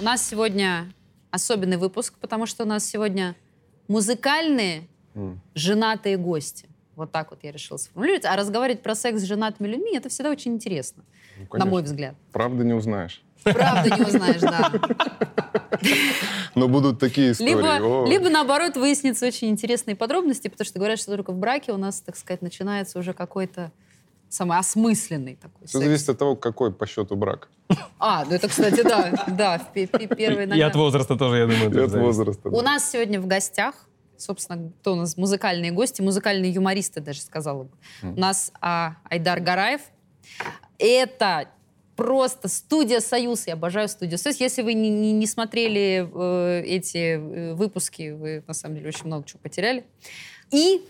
нас сегодня особенный выпуск, потому что у нас сегодня музыкальные женатые гости. Вот так вот я решила сформулировать. А разговаривать про секс с женатыми людьми это всегда очень интересно, Ну, на конечно. мой взгляд. Правда не узнаешь. Правда не узнаешь, да. Но будут такие истории. Либо, О, либо наоборот выяснятся очень интересные подробности, потому что говорят, что только в браке у нас, так сказать, начинается уже какой-то самоосмысленный такой Все секс. зависит от того, какой по счету брак. А, ну это, кстати, да, да, в пе- пе- первый, И наверное. от возраста тоже, я думаю, И это от зависит. возраста. У да. нас сегодня в гостях, собственно, кто у нас музыкальные гости, музыкальные юмористы даже сказала бы. У нас а, Айдар Гараев. Это просто студия Союз. Я обожаю студию Союз. Если вы не, не- не смотрели э, эти э, выпуски, вы на самом деле очень много чего потеряли. И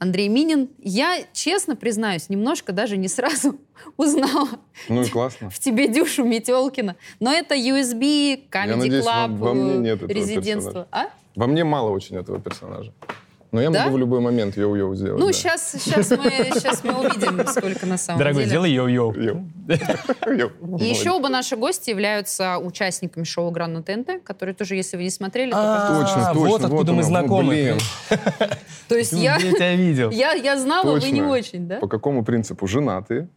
Андрей Минин. Я, честно признаюсь, немножко даже не сразу узнала Ну и классно. в тебе Дюшу Метелкина. Но это USB, Я Comedy надеюсь, во- Club, во мне э, нет этого резидентство. персонажа. А? Во мне мало очень этого персонажа. Но я Да? могу в любой момент йоу-йоу сделать. Ну, да. сейчас, сейчас, мы, сейчас мы увидим, сколько на самом Дорогой, деле. сделай йоу-йоу. Йоу. Йоу. И еще оба наши гости являются участниками шоу «Гран на ТНТ», которые тоже, если вы не смотрели, то... А, пожалуйста. Точно, А, точно. вот откуда мы оно. Ну, знакомы. блин, То есть я, Я тебя видел. я, я знала, вы не точно. очень, да? По какому принципу? Женатые.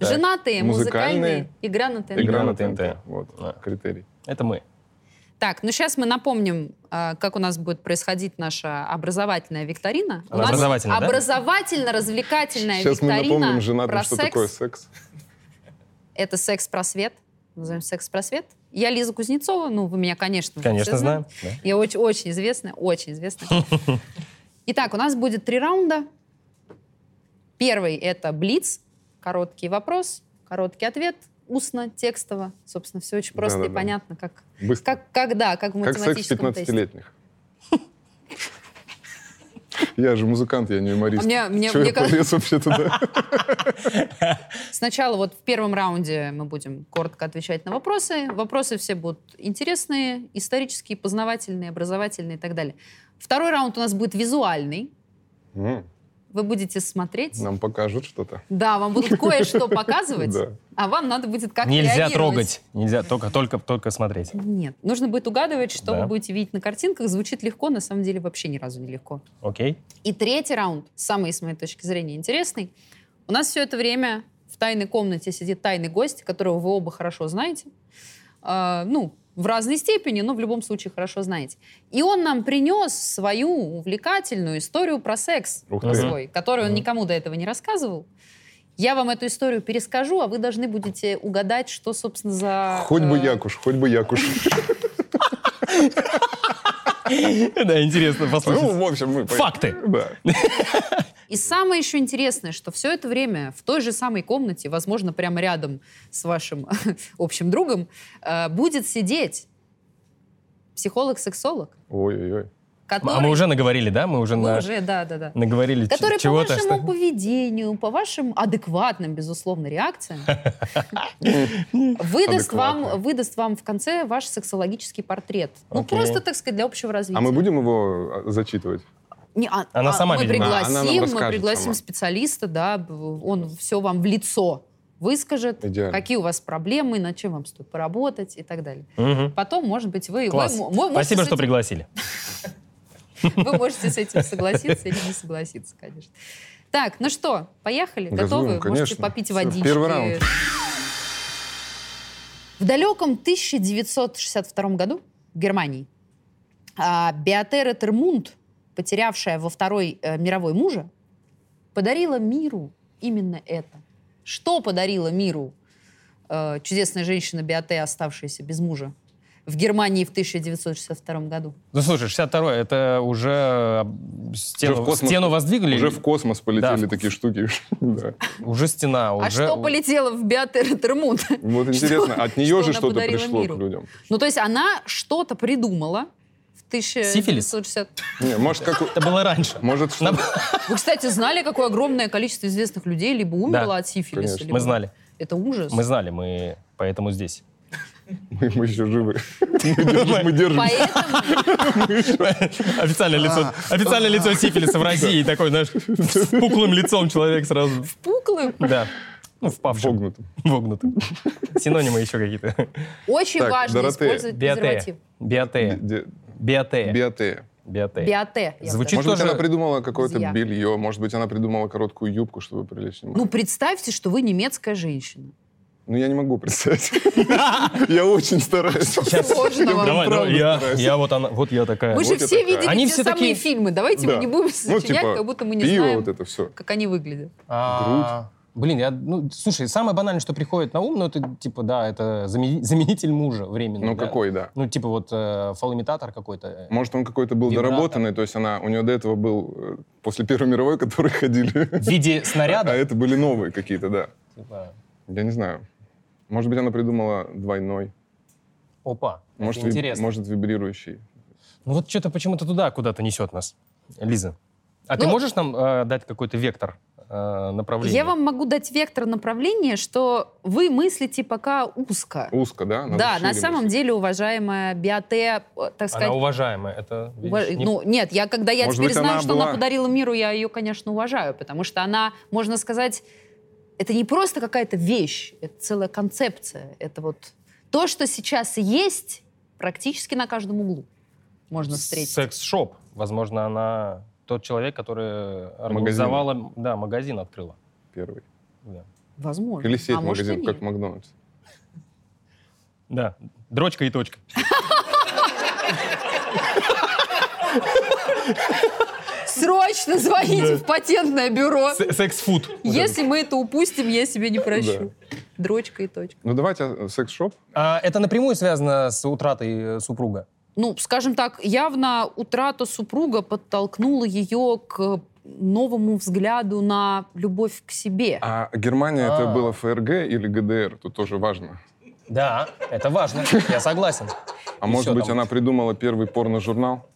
так. Женатые, музыкальные, Музыкальные. игра на ТНТ. Игра на ТНТ. ТНТ. Вот, Да. критерий. Это мы. Так, ну сейчас мы напомним, э, как у нас будет происходить наша образовательная викторина. У Она нас образовательная, да? образовательно-развлекательная Сейчас мы викторина напомним женатым, про что секс. такое секс. Это секс-просвет. Назовем секс-просвет. Я Лиза Кузнецова. Ну, вы меня, конечно, уже Конечно, все знаем. знают. Я очень, очень известная, очень известная. Итак, у нас будет три раунда. Первый — это блиц. Короткий вопрос, короткий ответ. Устно, текстово. Собственно, все очень просто и Да-да-да. понятно, как, Быстро. как, когда, как в Как секс математическом тесте. 15-летних. Я же музыкант, я не юморист. А мне- мне- Чё мне я кажется- полез вообще туда? Сначала вот в первом раунде мы будем коротко отвечать на вопросы. Вопросы все будут интересные, исторические, познавательные, образовательные и так далее. Второй раунд у нас будет визуальный. М, Вы будете смотреть. Нам покажут что-то. Да, вам будут кое-что показывать, Ну. Да. а вам надо будет как-то Нельзя реагировать. трогать. Нельзя только, только, только смотреть. Нет, нужно будет угадывать, что Да. вы будете видеть на картинках. Звучит легко, на самом деле вообще ни разу не легко. Окей? И третий раунд, самый, с моей точки зрения, интересный. У нас все это время в тайной комнате сидит тайный гость, которого вы оба хорошо знаете. А, ну, в разной степени, но в любом случае хорошо знаете. И он нам принес свою увлекательную историю про секс Ух ты. свой, которую он Мгм. никому до этого не рассказывал. Я вам эту историю перескажу, а вы должны будете угадать, что, собственно, за... Хоть бы э, якуш, хоть бы якуш. Ну, Да, интересно послушать. Ну, в общем, мы... пой- Факты. Да. И самое еще интересное, что все это время в той же самой комнате, возможно, прямо рядом с вашим общим другом, э, будет сидеть психолог-сексолог, Ой-ой-ой. который... А мы уже наговорили, А да? Мы уже Вы на- Ну, уже, да, да, да. наговорили ч- Который по чего-то. вашему что- поведению, по вашим адекватным, безусловно, реакциям выдаст Адекватно. вам, выдаст вам в конце ваш сексологический портрет. Ну, Окей. просто, так сказать, для общего развития. А мы будем его а, зачитывать? Не, а- Она а сама, мы видимо. Да, она нам пригласим, мы расскажет пригласим сама. специалиста, да, б- он все вам в лицо выскажет, Идеально. какие у вас проблемы, над чем вам стоит поработать и так далее. Мгм. Потом, может быть, вы, вы Класс. мо- можете Спасибо, с что этим- пригласили. вы можете с этим согласиться или не согласиться, конечно. Так, ну что, поехали? Газуем, Готовы? Можете конечно. попить Всё, водички. первый раунд. В далеком 1962 году в Германии а, Беатера Термунд, потерявшая во Второй э, мировой мужа, подарила миру именно это. Что подарила миру э, чудесная женщина Беате, оставшаяся без мужа в Германии в 1962 году? Ну, слушай, 62 это уже э, Уже в стену, космос- стену воздвигли? Уже в космос полетели Да, в- такие штуки. Да. Уже стена. А уже... что полетело в Беатере Термунд? Вот интересно, от нее что же она что-то подарила пришло миру? к людям. Ну, то есть она что-то придумала в 1960... Не, может, как... у- Это было раньше. Может, что Вы, кстати, знали, какое огромное количество известных людей либо умерло Да, от сифилиса? конечно. либо- Мы знали. Это ужас. Мы знали, мы поэтому здесь. мы, мы еще живы. Мы держим- Мы держимся. Поэтому Официальное лицо, А. официальное лицо сифилиса в России. Такой, знаешь, с пуклым лицом человек сразу. пуклым Да. Ну, впавшим. Вогнутым. Вогнутым. Синонимы еще какие-то. Очень Так, важно Доротея. использовать презерватив. Биотея. Биотея. Де- Биотея. Биотея. Биотея. Биоте. я бы Звучит сказала. Может быть, тоже- она придумала какое-то Зря. белье, может быть, она придумала короткую юбку, чтобы привлечь внимание. Ну, представьте, что вы немецкая женщина. Ну, я не могу представить. Я очень стараюсь. Сложного. Давай, давай, я, стараюсь. я вот она, вот я такая. Мы же вот я все такая. видели Они те все самые такие- фильмы. Давайте Да. мы не будем Ну, сочинять, типа, как будто мы не пиво, знаем, вот это все. как они выглядят. А, Блин, я, ну, слушай, самое банальное, что приходит на ум, ну, это, типа, да, это заме- заменитель мужа временно. Ну, какой, да. Ну, типа, вот э, фалоимитатор какой-то. э, Может, он какой-то был Вибратор. доработанный, то есть она, у нее до этого был э, после Первой мировой, которые ходили. В виде А снаряда. это были новые какие-то, да. Типа, Я не знаю. Может быть, она придумала двойной. опа, это Может, ви- интересно. может вибрирующий. Ну, вот что-то почему-то туда куда-то несет нас, Лиза. А ты Ну- можешь нам э, дать какой-то вектор э, направления? Я вам могу дать вектор направления, что вы мыслите пока узко. Узко, да? Надо да, на шире самом мыслить. деле, уважаемая биоте, э, так сказать... Она уважаемая, это, видишь, ува- не- Ну, нет, я когда я Может теперь быть, знаю, она что она была- подарила миру, я ее, конечно, уважаю, потому что она, можно сказать, это не просто какая-то вещь, это целая концепция. Это вот то, что сейчас есть практически на каждом углу можно встретить. секс-шоп. Возможно, она тот человек, который организовала... Да, магазин открыла. Первый. Да. Возможно. Или сеть а может, и магазин, нет. как Макдональдс. Да, дрочка и точка. Срочно звоните в патентное бюро. С- Секс-фуд. Если мы это упустим, я себе не прощу. Дрочка и точка. Ну, давайте э, секс-шоп. А, это напрямую связано с утратой э, супруга. Ну, скажем так, явно утрата супруга подтолкнула ее к новому взгляду на любовь к себе. А Германия это А. было ФРГ или ГДР? Тут тоже важно. Да, это важно, я согласен. А И может всё быть, там. она придумала первый порно-журнал?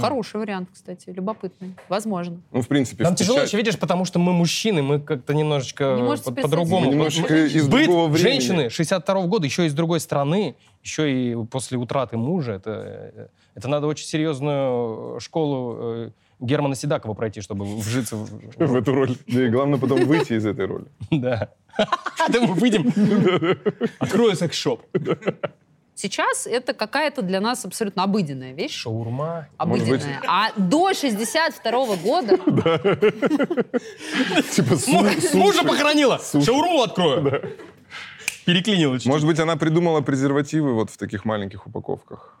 Хороший вариант, кстати, любопытный. Возможно. Ну, в принципе, Нам в тяжело печать- еще, видишь, потому что мы мужчины, мы как-то немножечко Не можете по- представить. Мы по-другому. немножечко из Быт другого времени. женщины 62 года, еще из другой страны, еще и после утраты мужа. Это, э, это надо очень серьезную э, школу э, Германа Седакова пройти, чтобы вжиться в... в эту роль. Да и главное потом выйти из этой роли. Да. Да мы выйдем. Открою секс-шоп. Сейчас это какая-то для нас абсолютно обыденная вещь. Шаурма. Может Обыденная. А до 62 года Типа, су- Мужа похоронила. Шаурму открою. Переклинила. чуть-чуть. Может быть, она придумала презервативы вот в таких маленьких упаковках.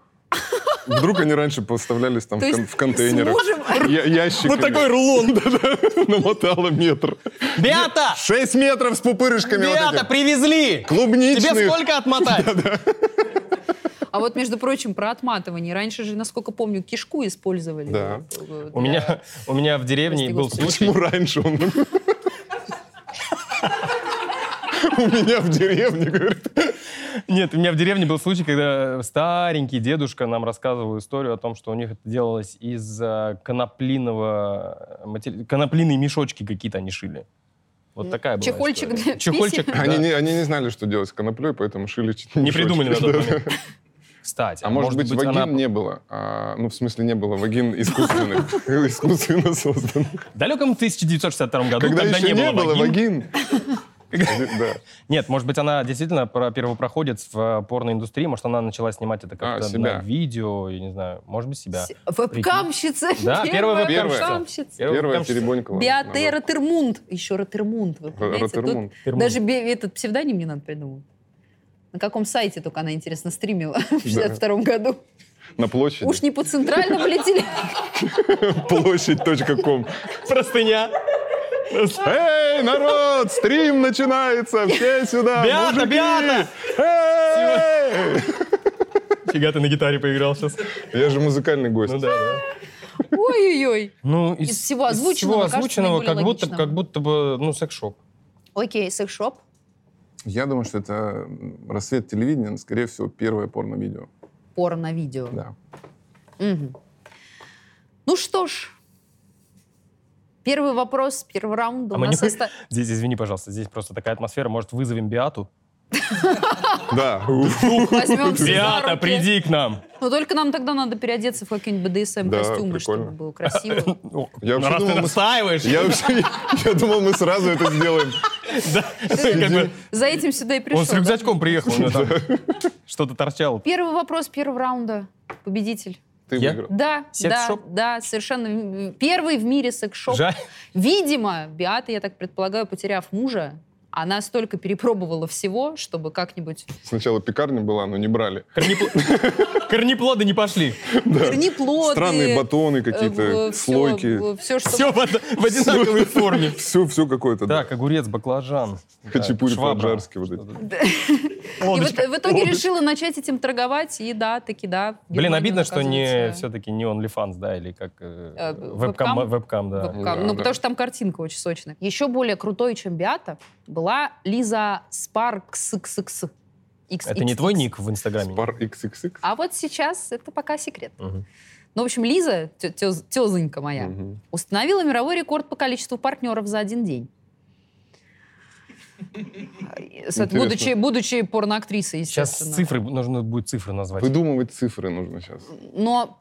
Вдруг они раньше поставлялись там в То есть кон- в контейнерах. с мужем- Я- Ящиками. Вот такой рулон. намотала метр. Беата! Шесть метров с пупырышками вот Беата, этим. привезли! Клубничных. Тебе сколько отмотать? А вот, между прочим, про отматывание. Раньше же, насколько помню, кишку использовали. Да. Э, для- У меня, у меня в деревне Прости, был Господи. случай. Почему раньше он... У меня в деревне, говорит. Нет, у меня в деревне был случай, когда старенький дедушка нам рассказывал историю о том, что у них это делалось из э, коноплиного... э, матери- Коноплиные мешочки какие-то они шили. Вот такая была Чехольчик история. для Чехольчик, писем. да. Они не, они не знали, что делать с коноплей, поэтому шили чуть Не мешочки. придумали на тот Да. момент. Кстати, А может быть, вагин она- не было? А, ну, в смысле, не было вагин искусственных, искусственно созданных. В далеком 1962 году, когда, Когда еще не было, вагин, вагин. Да. Нет, может быть, она действительно про первопроходец в э, порноиндустрии, может, она начала снимать это как-то А, себя. на видео, я не знаю, может быть, себя. С- Вебкамщица. Да, первая вебкамщица. вебкамщица. Первая Первая вебкамщица. перебонькала. Биоте Ротермунд. Еще Ротермунд, вы понимаете? тут Ротермунд. Ротермунд. Даже бе- этот псевдоним не надо придумывать. На каком сайте только она, интересно, стримила в 62 году? На площади. Уж не по центральному ли теле- Площадь.ком. Простыня. Эй, народ, стрим начинается, все сюда, Беата, мужики! Беата! Эй! Фига ты на гитаре поиграл сейчас. Я же музыкальный гость. Ну да, да. Ой-ой-ой. Ну, Из всего озвученного, всего кажется, озвученного наиболее как, будто, логичным. как будто бы, ну, секс-шоп. Окей, секс-шоп. Я думаю, что это м, рассвет телевидения, ну, скорее всего, первое порно-видео. Порно-видео. Да. Мгм. Ну что ж, первый вопрос, первый раунд у А мы не нас будем- оста- Здесь, извини, пожалуйста, здесь просто такая атмосфера. Может, вызовем Биату? Да. возьмем за Биата, руки. приди к нам! Но только нам тогда надо переодеться в какие-нибудь БДСМ Да, костюмы, прикольно. чтобы было красиво. Ну, Я вообще раз ты думал, мы- настаиваешь... Я вообще, я думал, мы сразу это сделаем. Как бы За этим сюда и пришел. Он с да? рюкзачком приехал, у него там что-то торчало. Первый вопрос первого раунда. Победитель. Ты Я? выиграл. Да, да, Секс-шоп? да, совершенно. м, Первый в мире секс-шоп. Жаль. Видимо, Биата, я так предполагаю, потеряв мужа, она столько перепробовала всего, чтобы как-нибудь... Сначала пекарня была, но не брали. Корнепл- Корнеплоды не пошли. Корнеплоды. э, Странные батоны какие-то, слойки. Все, что... Все э, в од- в одинаковой форме. Все, все какое-то. да. Так, огурец, баклажан. Хачапури швабра. по-аджарски вот эти. Что-то. Да. И вот э, Лодочка. в итоге решила начать этим торговать, и да, таки да. в Блин, Германию, обидно, что не оказывается, все-таки не OnlyFans, да, или как Э, э, вебкам? вебкам, вебкам, да. вебкам. Да, ну, да. потому что там картинка очень сочная. Еще более крутой, чем Биата, была Лиза Спаркс. Это не твой ник в Инстаграме? Пар XXX. А вот сейчас это пока секрет. Мгм. Ну, в общем, Лиза, тё- тёз- тёзонька моя, Мгм. установила мировой рекорд по количеству партнеров за один день. С- Интересно. Будучи, будучи порноактрисой, Сейчас естественно. цифры, нужно будет цифры назвать. Выдумывать цифры нужно сейчас. Но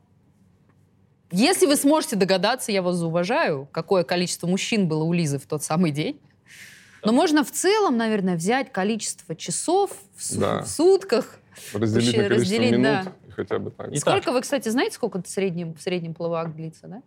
если вы сможете догадаться, я вас зауважаю, какое количество мужчин было у Лизы в тот самый день. Но можно в целом, наверное, взять количество часов в, су- Да. в сутках. Разделить на Вообще количество разделить, минут да. и хотя бы так. И- Итак. Сколько вы, кстати, знаете, сколько в среднем, в среднем плавак длится, да?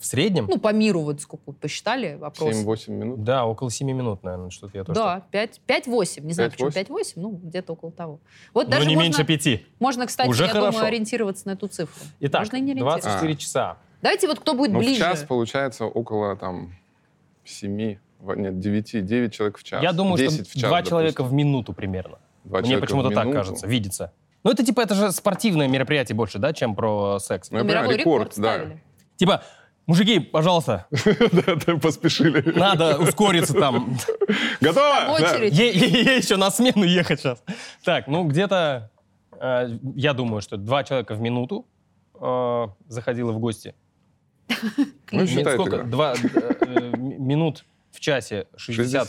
В среднем? Ну, по миру вот сколько посчитали вопрос. 7-8 минут. Да, около 7 минут, наверное, что-то я тоже. Да, 5-8, не знаю, 5-8? почему 5-8, ну, где-то около того. Вот Ну, Но даже не можно, меньше пяти. можно, кстати, Уже я хорошо. думаю, ориентироваться на эту цифру. Итак, можно и не ориентироваться. 24 А. часа. Давайте вот кто будет Ну, в ближе. час получается около там 7, во- нет, 9, 9 человек в час. Я думаю, 10 в что час, два допустим. человека в минуту примерно. Два Мне человека в почему-то так минуту. кажется, видится. Ну, это типа, это же спортивное мероприятие больше, да, чем про секс. Ну, я Мировой понимаю, рекорд, да. ставили. Типа, мужики, пожалуйста, Да, да, поспешили. надо ускориться там. Готово? Да. очередь. Ей ей- ей еще на смену ехать сейчас. Так, ну, где-то, э, я думаю, что два человека в минуту э, заходило в гости. Ну, Ми- считай Сколько? тогда. Два э, э, ми- минут в часе 60,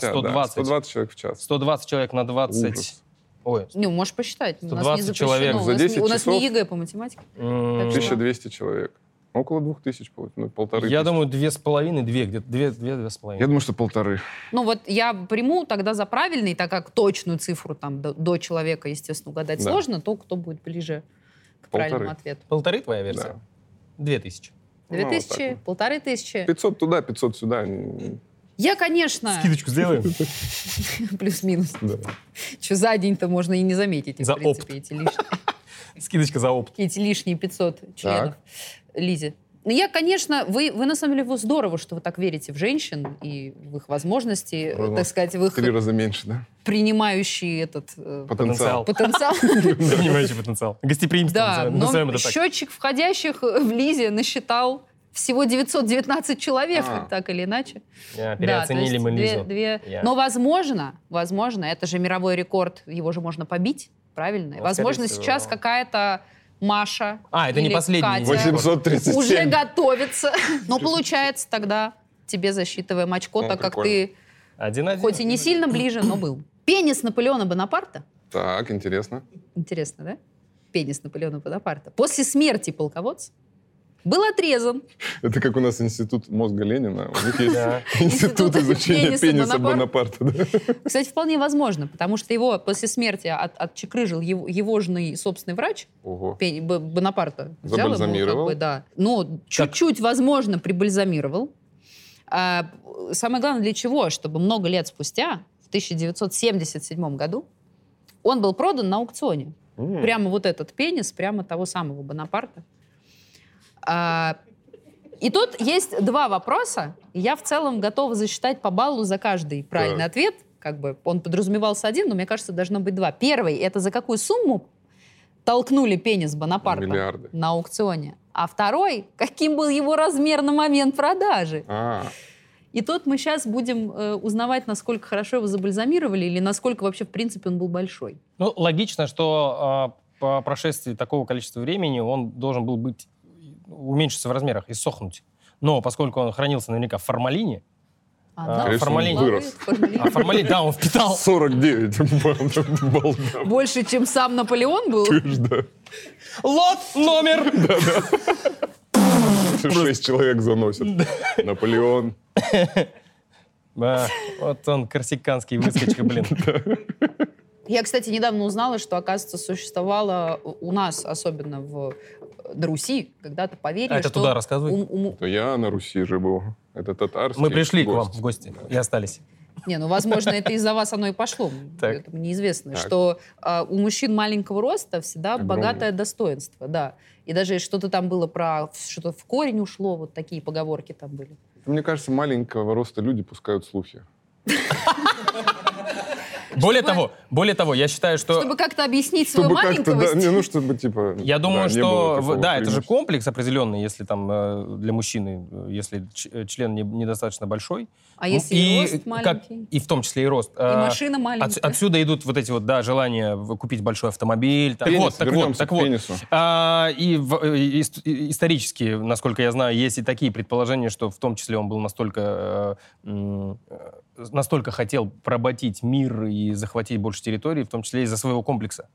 60, да, 120. 120 человек в час. 120 человек на 20. Ужас. Ой. Ну, можешь посчитать. У нас не 120 запрещено. Ну, человек у за нас не- 10 У нас не часов. ЕГЭ по математике. М, Так что- 1200 человек. Около 2000, получ- ну, полторы Я тысячи. думаю, две с половиной, две, где-то две, две, две с Я половиной. думаю, что полторы. Ну, вот я приму тогда за правильный, так как точную цифру там до, до человека, естественно, угадать Да. сложно, то кто будет ближе к Полторы. правильному ответу. Полторы твоя Да. версия? Две тысячи. Ну, Две вот тысячи, так вот. полторы тысячи. 500 туда, 500 сюда. н- Я, конечно, Скидочку сделаем. плюс-минус. да. Что за день-то можно и не заметить, и, За в принципе, эти лишние, Скидочка за опт. эти лишние 500 членов Лизе. Ну, я, конечно, вы, вы на самом деле вы здорово, что вы так верите в женщин и в их возможности, э, так сказать, в их В Три раза меньше, да? принимающий этот э, Потенциал. потенциал. Понимающий потенциал. Гостеприимство. Да, назовем- назовем ну, но это так. счетчик входящих в Лизе насчитал всего 919 человек, А. так или иначе. Да, Я- то Э, Переоценили есть мы две- Лизу. две- Я. Но возможно, возможно, это же мировой рекорд, его же можно побить, правильно? И Ну, возможно, скорее всего, сейчас да. какая-то Маша А, это не или последний. Катя. Восемь- 837. уже готовится. Но получается тогда тебе засчитываем очко, Ну, так как прикольно. ты Один-один. хоть и не сильно ближе, но был. Пенис Наполеона Бонапарта Так, интересно. Интересно, да? Пенис Наполеона Бонапарта. После смерти полководца был отрезан Это как у нас институт мозга Ленина. У них есть Да. Институт институт изучения пениса пениса Бонапарта. Бонапарта. да. Кстати, вполне возможно, потому что его после смерти от, отчекрыжил его, его жный собственный врач Ого. Пе- Б- Бонапарта. Взял ему, как Забальзамировал. бы, да. Ну, чуть-чуть, возможно, прибальзамировал. А, самое главное для чего? Чтобы много лет спустя, в 1977 году, он был продан на аукционе. М. Хм. Прямо вот этот пенис, прямо того самого Бонапарта. А, и тут есть два вопроса. И Я в целом готова засчитать по баллу за каждый правильный Так. ответ. Как бы он подразумевался один, но мне кажется, должно быть два. Первый — это за какую сумму толкнули пенис Бонапарта Миллиарды. на аукционе. А второй — каким был его размер на момент продажи. А, И тут мы сейчас будем э, узнавать, насколько хорошо его забальзамировали или насколько вообще, в принципе, он был большой. Ну, логично, что а, по прошествии такого количества времени он должен был быть уменьшиться в размерах и сохнуть. Но поскольку он хранился наверняка в формалине, А, да, скорее всего, он формалин. вырос. Формалин. а формалин, да, он впитал 49 баллов. Больше, чем сам Наполеон был. Да. лот номер... 6 человек заносят. Наполеон. А, вот он, корсиканский выскочка, блин. Я, кстати, недавно узнала, что, оказывается, существовало у нас, особенно в на Руси, когда-то поверье, А это что туда рассказывай. у- у му- То я на Руси же был. Это татарский Мы пришли к гость. вам в гости и остались. Не, ну, возможно, это из-за вас оно и пошло. Так. Это мне известно, Так. что а, у мужчин маленького роста всегда Огромный. богатое достоинство, да. И даже что-то там было про что-то в корень ушло, вот такие поговорки там были. Мне кажется, маленького роста люди пускают слухи. Более того, более того, я считаю, что... Чтобы как-то объяснить свою маленькость. да, не, ну чтобы типа. Я да, думаю, не было что в- такого да, это же преимущества. комплекс определенный, если там э, для мужчины, э, если ч- э, член не- недостаточно большой. А если и рост маленький? и в том числе и рост. И Э, машина от- маленькая. отсюда идут вот эти вот, да, желания в- купить большой автомобиль. там. Пенис, вот, так вот, вернемся так к вот. пенису. А, и, в- и ис- и исторически, насколько я знаю, есть и такие предположения, что в том числе он был настолько, э, м, э, настолько хотел проботить мир и захватить больше территории, в том числе из-за своего комплекса,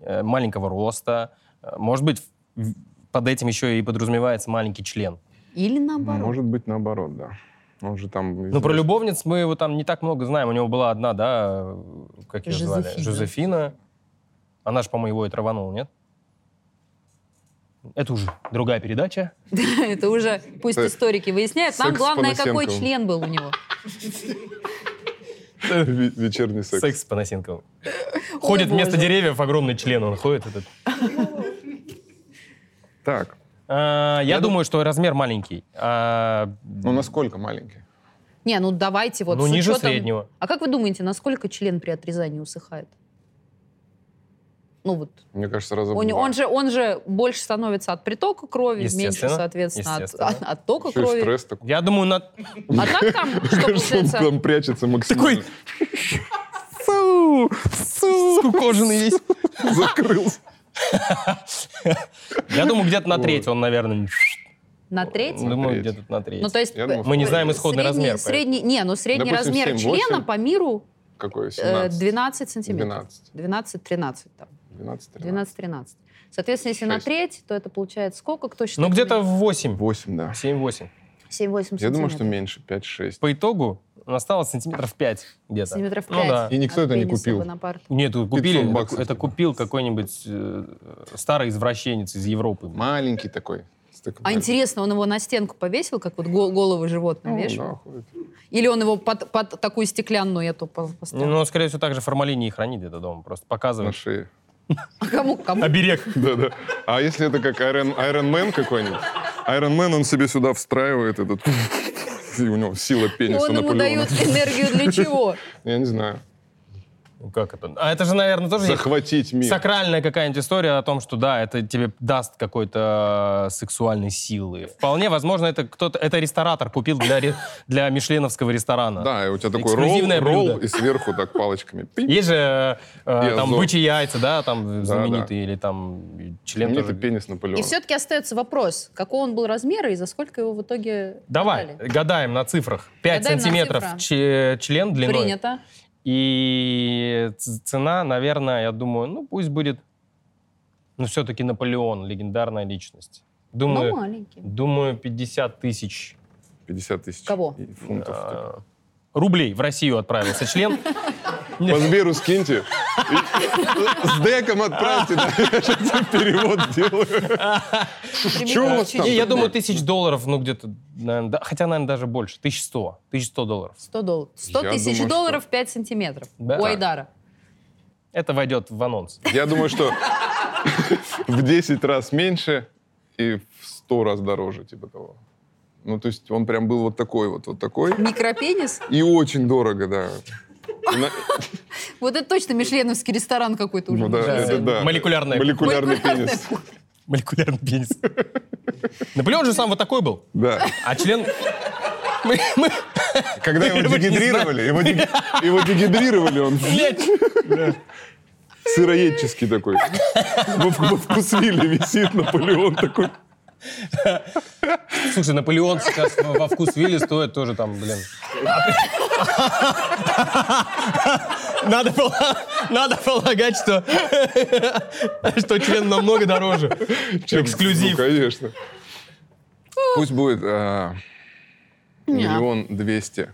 э, маленького роста. Э, Может быть, в- под этим еще и подразумевается маленький член. Или Ну. наоборот. Может быть, наоборот, да. Он же там. Ну, про известный. любовниц мы его там не так много знаем. У него была одна, да, э, как ее звали? Жозефина. Жозефина. Она же, по-моему, его и траванула, нет? Это уже другая передача. Это уже пусть Э, историки выясняют. Нам секс с главное, какой Панасенковым. член был у него. Ве- Вечерний секс. Секс с Панасенковым. Ходит вместо боже. деревьев огромный член, он ходит этот. Так. А, Я думаю, что размер маленький. А, Ну насколько маленький? Не, ну давайте вот Ну, с ниже учетом- среднего. А как вы думаете, насколько член при отрезании усыхает? Ну вот, Мне кажется, раза в он, два. он же, он же больше становится от притока крови, меньше, Естественно, соответственно, от, естественно. от- от тока Еще и крови. стресс такой. Я думаю, на... А так там, что Кажется, он получается, там прячется максимально. Такой... Су! Су! Скукоженный весь. закрылся. Я думаю, где-то на Ой. треть он, наверное. на треть? Ну, Думаю, треть. где-то на треть. Ну, то есть... Я думаю, э, Мы не э, знаем исходный средний- размер, поэтому. Средний, не, ну средний Допустим, размер 7-8. члена по миру Какой? э, 17? 12 сантиметров. 12. 12-13 там. 12, 13. 12-13. Соответственно, если на Шесть. треть, то это получается сколько? Кто считает? Ну, где-то в 8. 8, да. 7-8. 7-8 сантиметров. Я думаю, что меньше, 5-6. По итогу осталось сантиметров 5 где-то. Сантиметров Ну 5. да. И никто от это не пениса купил. Бонапарта. Нет, купили, 500 это, баксов. это купил какой-нибудь э, старый извращенец из Европы. Маленький такой. с такой А интересно, он его на стенку повесил, как вот го- головы животным Ну, вешают? да, ходит. Или он его под, под такую стеклянную эту по- Ну, поставил? ну, скорее всего, также формалин не хранит это дома, просто На показывает. шее. А кому? кому? Оберег. Да-да. А если это как Iron, Iron Man какой-нибудь? Iron Man, он себе сюда встраивает этот... И у него сила пениса Он ему Наполеона. дает энергию для чего? Я не знаю. Ну, Как это? А это же, наверное, тоже есть Захватить мир. сакральная какая-нибудь история о том, что да, это тебе даст какой-то э, сексуальной силы. Вполне возможно, это кто-то, это ресторатор купил для, ре- для мишленовского ресторана. Да, и у тебя такой ролл, Эксклюзивное блюдо. ролл, и сверху так палочками. Пинь. Есть же э, И там Азов. бычьи яйца, да, там Да, знаменитые, или там и член Мне тоже. это пенис Наполеона. И все-таки остается вопрос, какого он был размера и за сколько его в итоге Давай, отдали? гадаем на цифрах. 5 Гадаем на сантиметров цифрах. че- член длиной. Принято. И ц- цена, наверное, я думаю, ну пусть будет... Ну все-таки Наполеон, легендарная личность. Но Думаю, Ну, маленький. думаю 50 тысяч 50 тысяч Кого? и- фунтов. э, рублей в Россию отправился член. По Сберу скиньте. и С деком отправьте. да, Я же тебе перевод сделаю. Чё у вас там? И я такое? думаю, тысяч долларов, ну где-то, наверное, да- хотя, наверное, даже больше, 1100, 1100 долларов. 100, долларов. 100 Я тысяч думаю, долларов 5 сантиметров Да. у Айдара. Это войдет в анонс. Я думаю, что в 10 раз меньше и в 100 раз дороже, типа того. Ну, то есть он прям был вот такой вот, вот такой. Микропенис? И очень дорого, да. И на- Вот это точно мишленовский ресторан какой-то уже. ну да, Да. это да. Молекулярная- Молекулярный Молекулярная пенис. Молекулярный пенис. Наполеон же сам вот такой был. Да. А член... Мы- мы- Когда его Я бы не дегидрировали, его деги- его дегидрировали, он Блядь. сыроедческий такой. Во вк- во вкусвиле висит Наполеон такой. Слушай, Наполеон сейчас во во вкус Вилли стоит тоже там, блин. Надо, пол- надо полагать, что, что член намного дороже. Ну, Эксклюзив. конечно. Пусть будет а, миллион двести.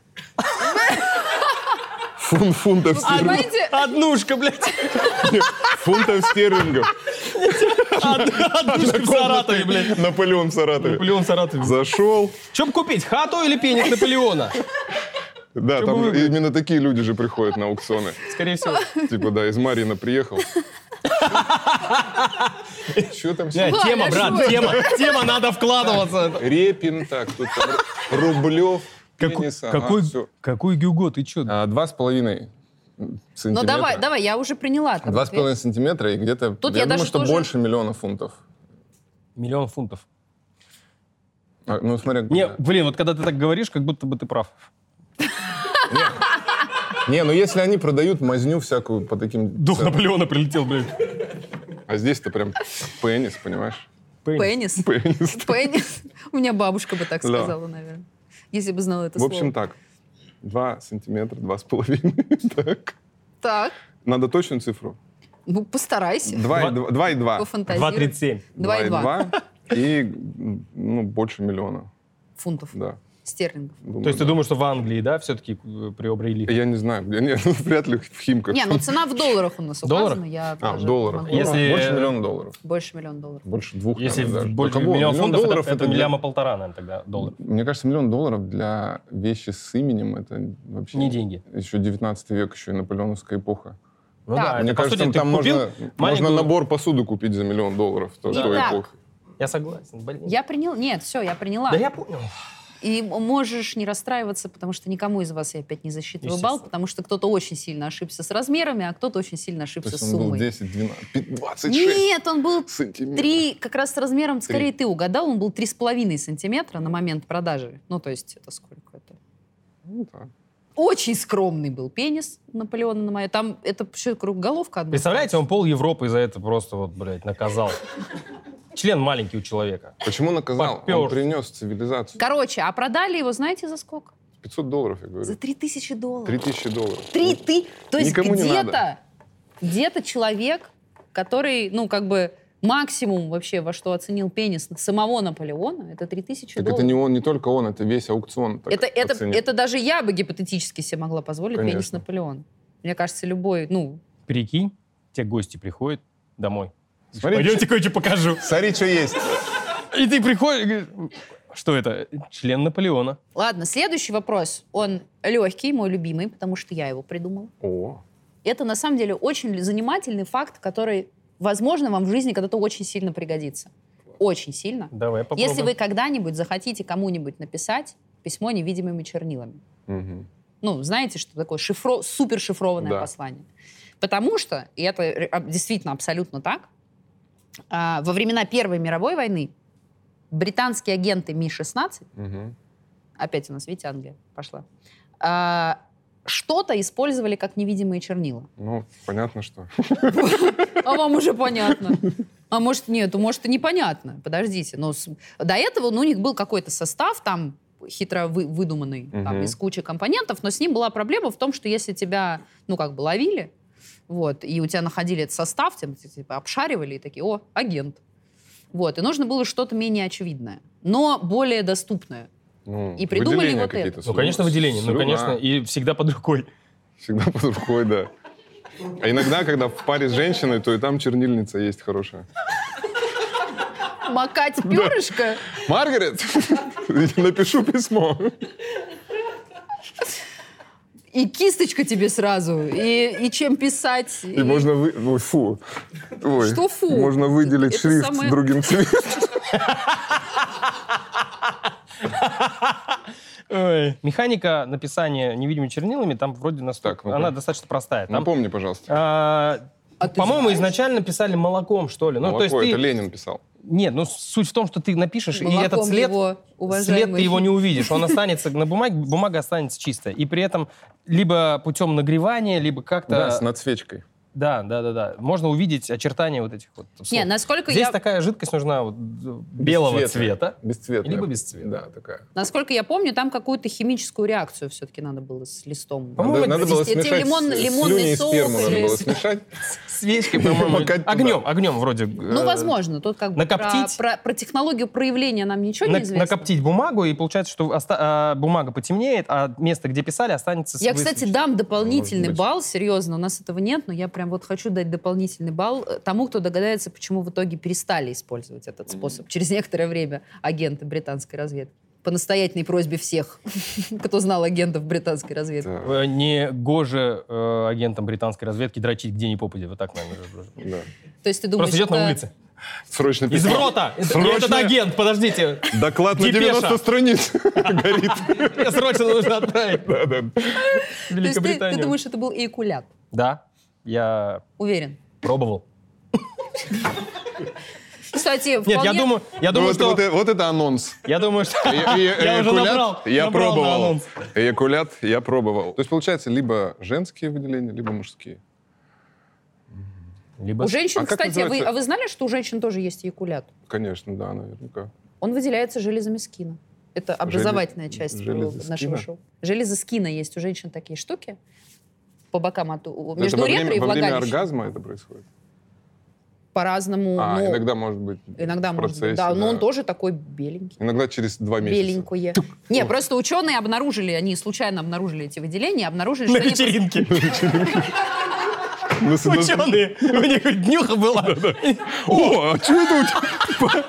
Фун- фунтов А, стерлингов. понимаете, Однушка, блядь. Фунтов стерлингов. Однушка в Саратове, блядь. Наполеон в Саратове. Наполеон в Саратове. Зашел. Че бы купить, хату или пенис Наполеона? Да, Чё бы там выбрать? именно такие люди же приходят на аукционы. Скорее всего. Типа, да, из Марина приехал. Что там Не, сегодня? Ладно, Тема, я брат, шучу. тема. Тема, надо вкладываться. Репин, так, тут там Рублев, Какой, Пенис, ага, какой, всё. какой Гюго, ты че? А, Два с половиной сантиметра. Ну давай, давай, я уже приняла. там Два с половиной ответ. сантиметра и где-то, Тут я я думаю, даже что тоже- больше миллиона фунтов. Миллион фунтов. А, Ну, смотря... Не, блин, вот когда ты так говоришь, как будто бы ты прав. Не, ну если они продают мазню всякую по таким... Дух ценам. Наполеона прилетел, блядь. А здесь-то прям пенис, понимаешь? Пенис. Пенис. Пенис. У меня бабушка бы так Да. сказала, наверное. Если бы знала это В слово. общем, так. Два сантиметра, два с половиной. Так. Так, Надо точную цифру. ну постарайся. Два и Два- два- два и два. Пофантазируй. 2,37. Два и два. И, м, ну, больше миллиона, фунтов да. стерлингов. Думаю, То есть ты да. думаешь, что в Англии, да, все-таки приобрели? Я не знаю, где, нет, вряд ли в Химках. Не, ну цена в долларах у нас Долларах? указана. Я А, в даже долларах. могу. Ну, Если- Больше миллиона долларов. Больше миллиона долларов. Больше двух, Если наверное, даже. э, больше Только вот, миллион фунтов, это- это для- миллиама полтора, наверное, тогда долларов. Мне кажется, миллион долларов для вещи с именем это вообще... Не деньги. Еще 19 век, еще и наполеоновская эпоха. Ну Да. да, Мне это, по кажется, сути, ты там купил можно, можно маленькую- набор посуды купить за миллион долларов в той Ну Да. той Итак, эпохи. Я согласен, блин. Я приняла. Нет, все, я приняла. Да я понял. И можешь не расстраиваться, потому что никому из вас я опять не засчитываю Естественно. балл, потому что кто-то очень сильно ошибся с размерами, а кто-то очень сильно То ошибся есть с он был суммой. 10, 12, пи- 26 Нет, он был сантиметров. три, как раз с размером, скорее ты угадал, он был 3,5 сантиметра на момент продажи. Ну, то есть это сколько это? Ну, да. Очень скромный был пенис Наполеона на моей. Там это вообще круг- головка одна. Представляете, он пол Европы за это просто вот, блядь, наказал. Член маленький у человека. Почему наказал? Он Попёр. принес цивилизацию. Короче, а продали его, знаете, за сколько? 500 долларов, я За говорю. 3000 долларов. 3000 долларов. Три ты... То есть Никому не где-то, надо. где-то человек, который, ну, как бы максимум вообще, во что оценил пенис самого Наполеона, это 3000 Так это долларов. не он, не только он, это весь аукцион. так это, это, оценил. это даже я бы гипотетически себе могла позволить пенис Конечно. Наполеона. Мне кажется, любой, ну, Прикинь, те гости приходят домой. Смотри, Пойдемте кое-что покажу. Смотри, что есть. И ты приходишь, и говоришь, что это? Член Наполеона. Ладно, следующий вопрос. Он легкий, мой любимый, потому что я его придумала. О, Это на самом деле очень занимательный факт, который, возможно, вам в жизни когда-то очень сильно пригодится. Очень сильно. Давай попробуем. Если вы когда-нибудь захотите кому-нибудь написать письмо невидимыми чернилами. Мгм. Ну, знаете, что такое шифро... супершифрованное Да. послание. Потому что, и это ре- а, действительно абсолютно так, а, во времена Первой мировой войны британские агенты Ми-16 Мгм. опять у нас, видите, Англия пошла, А, что-то использовали как невидимые чернила. Ну, понятно, что. А вам уже понятно. А может, нет, может, и непонятно. Подождите. Но с- до этого ну, у них был какой-то состав там хитро вы- выдуманный, там, Мгм. из кучи компонентов, но с ним была проблема в том, что если тебя, ну, как бы ловили, вот, и у тебя находили этот состав, тебя, типа, обшаривали и такие, о, агент. Вот, и нужно было что-то менее очевидное, но более доступное. Ну, И придумали выделения вот это. какие-то, Ну, слюна- конечно, выделение. Ну, слюна конечно, и всегда под рукой. Всегда под рукой, да. А иногда, когда в паре с женщиной, то и там чернильница есть хорошая. Макать перышко? Маргарет, напишу письмо. И кисточка тебе сразу, и, и чем писать. И можно вы... Ой, фу. Ой, Что фу? Можно выделить Это шрифт самое- другим цветом. Ой. Механика написания невидимыми чернилами там вроде Так, настолько... ну-ка. она достаточно простая. Там, Напомни, пожалуйста. а, А ты по-моему, знаешь? изначально писали молоком, что ли. ну, Молоко, то есть ты... это Ленин писал. Нет, ну суть в том, что ты напишешь, и этот Молоком след, его, след уважаемый. ты его не увидишь. Он останется на бумаге, бумага останется чистая. И при этом либо путем нагревания, либо как-то... Да, с надсвечкой. Да, да, да, да. Можно увидеть очертания вот этих вот. Не, слов. насколько Здесь я, такая жидкость нужна вот, э, белого цвета. Бесцветная. либо без цвета. Да, такая. насколько я помню, там какую-то химическую реакцию все-таки надо было с листом. По-моему, Надо, надо было здесь эти смешать лимон- с- лимонный слюни и соус сперму надо или- было смешать. Свечкой, по-моему, Макать туда. Огнем, огнем вроде. Ну, возможно, тут как бы э, накоптить? Про, про- про технологию проявления нам ничего На- не известно. накоптить бумагу, и получается, что оста- а, бумага потемнеет, а место, где писали, останется... с- Я, высвечено. кстати, дам дополнительный Может быть. балл, серьезно, у нас этого нет, но я прям вот хочу дать дополнительный балл э, тому, кто догадается, почему в итоге перестали использовать этот способ через некоторое время агенты британской разведки. По настоятельной просьбе всех, кто знал агентов британской разведки. Да, Э, Не гоже э, агентам британской разведки дрочить где ни попадя. Вот так, наверное. же. да. То есть ты думаешь, Просто идет на это- улице. Срочно Из письмо. рота! Это- Срочно. Этот агент, подождите. Доклад на Депеша. 90 страниц горит. Мне срочно нужно отправить Да, да. в То есть ты- ты, Великобританию. думаешь, это был эякулят? Да, я Уверен. пробовал. Кстати, Нет, я вполне- думаю, я Ну, думаю, вот- что... Вот э- вот это анонс. Я думаю, что... Э- э- Я уже эякулят набрал. Я набрал на пробовал. анонс. Эякулят я пробовал. То есть, получается, либо женские выделения, либо мужские. Либо- У женщин, А как кстати, а вы, называется? а вы знали, что у женщин тоже есть эякулят? Конечно, да, наверняка. Он выделяется железами скина. Это образовательная часть железы э, нашего скина? шоу. Железы скина есть у женщин такие штуки по бокам от у- Это между во уретрой время, и во время влагалищем. оргазма это происходит? По-разному. а, ну, иногда может быть иногда в может процессе, быть, да, но он тоже такой беленький. Иногда через два месяца. Беленькое. Не, просто ученые обнаружили, они случайно обнаружили эти выделения, обнаружили, На что они вечеринке. Ну, с- ну, с- Ученые. У них хоть днюха была. О, а что это у тебя?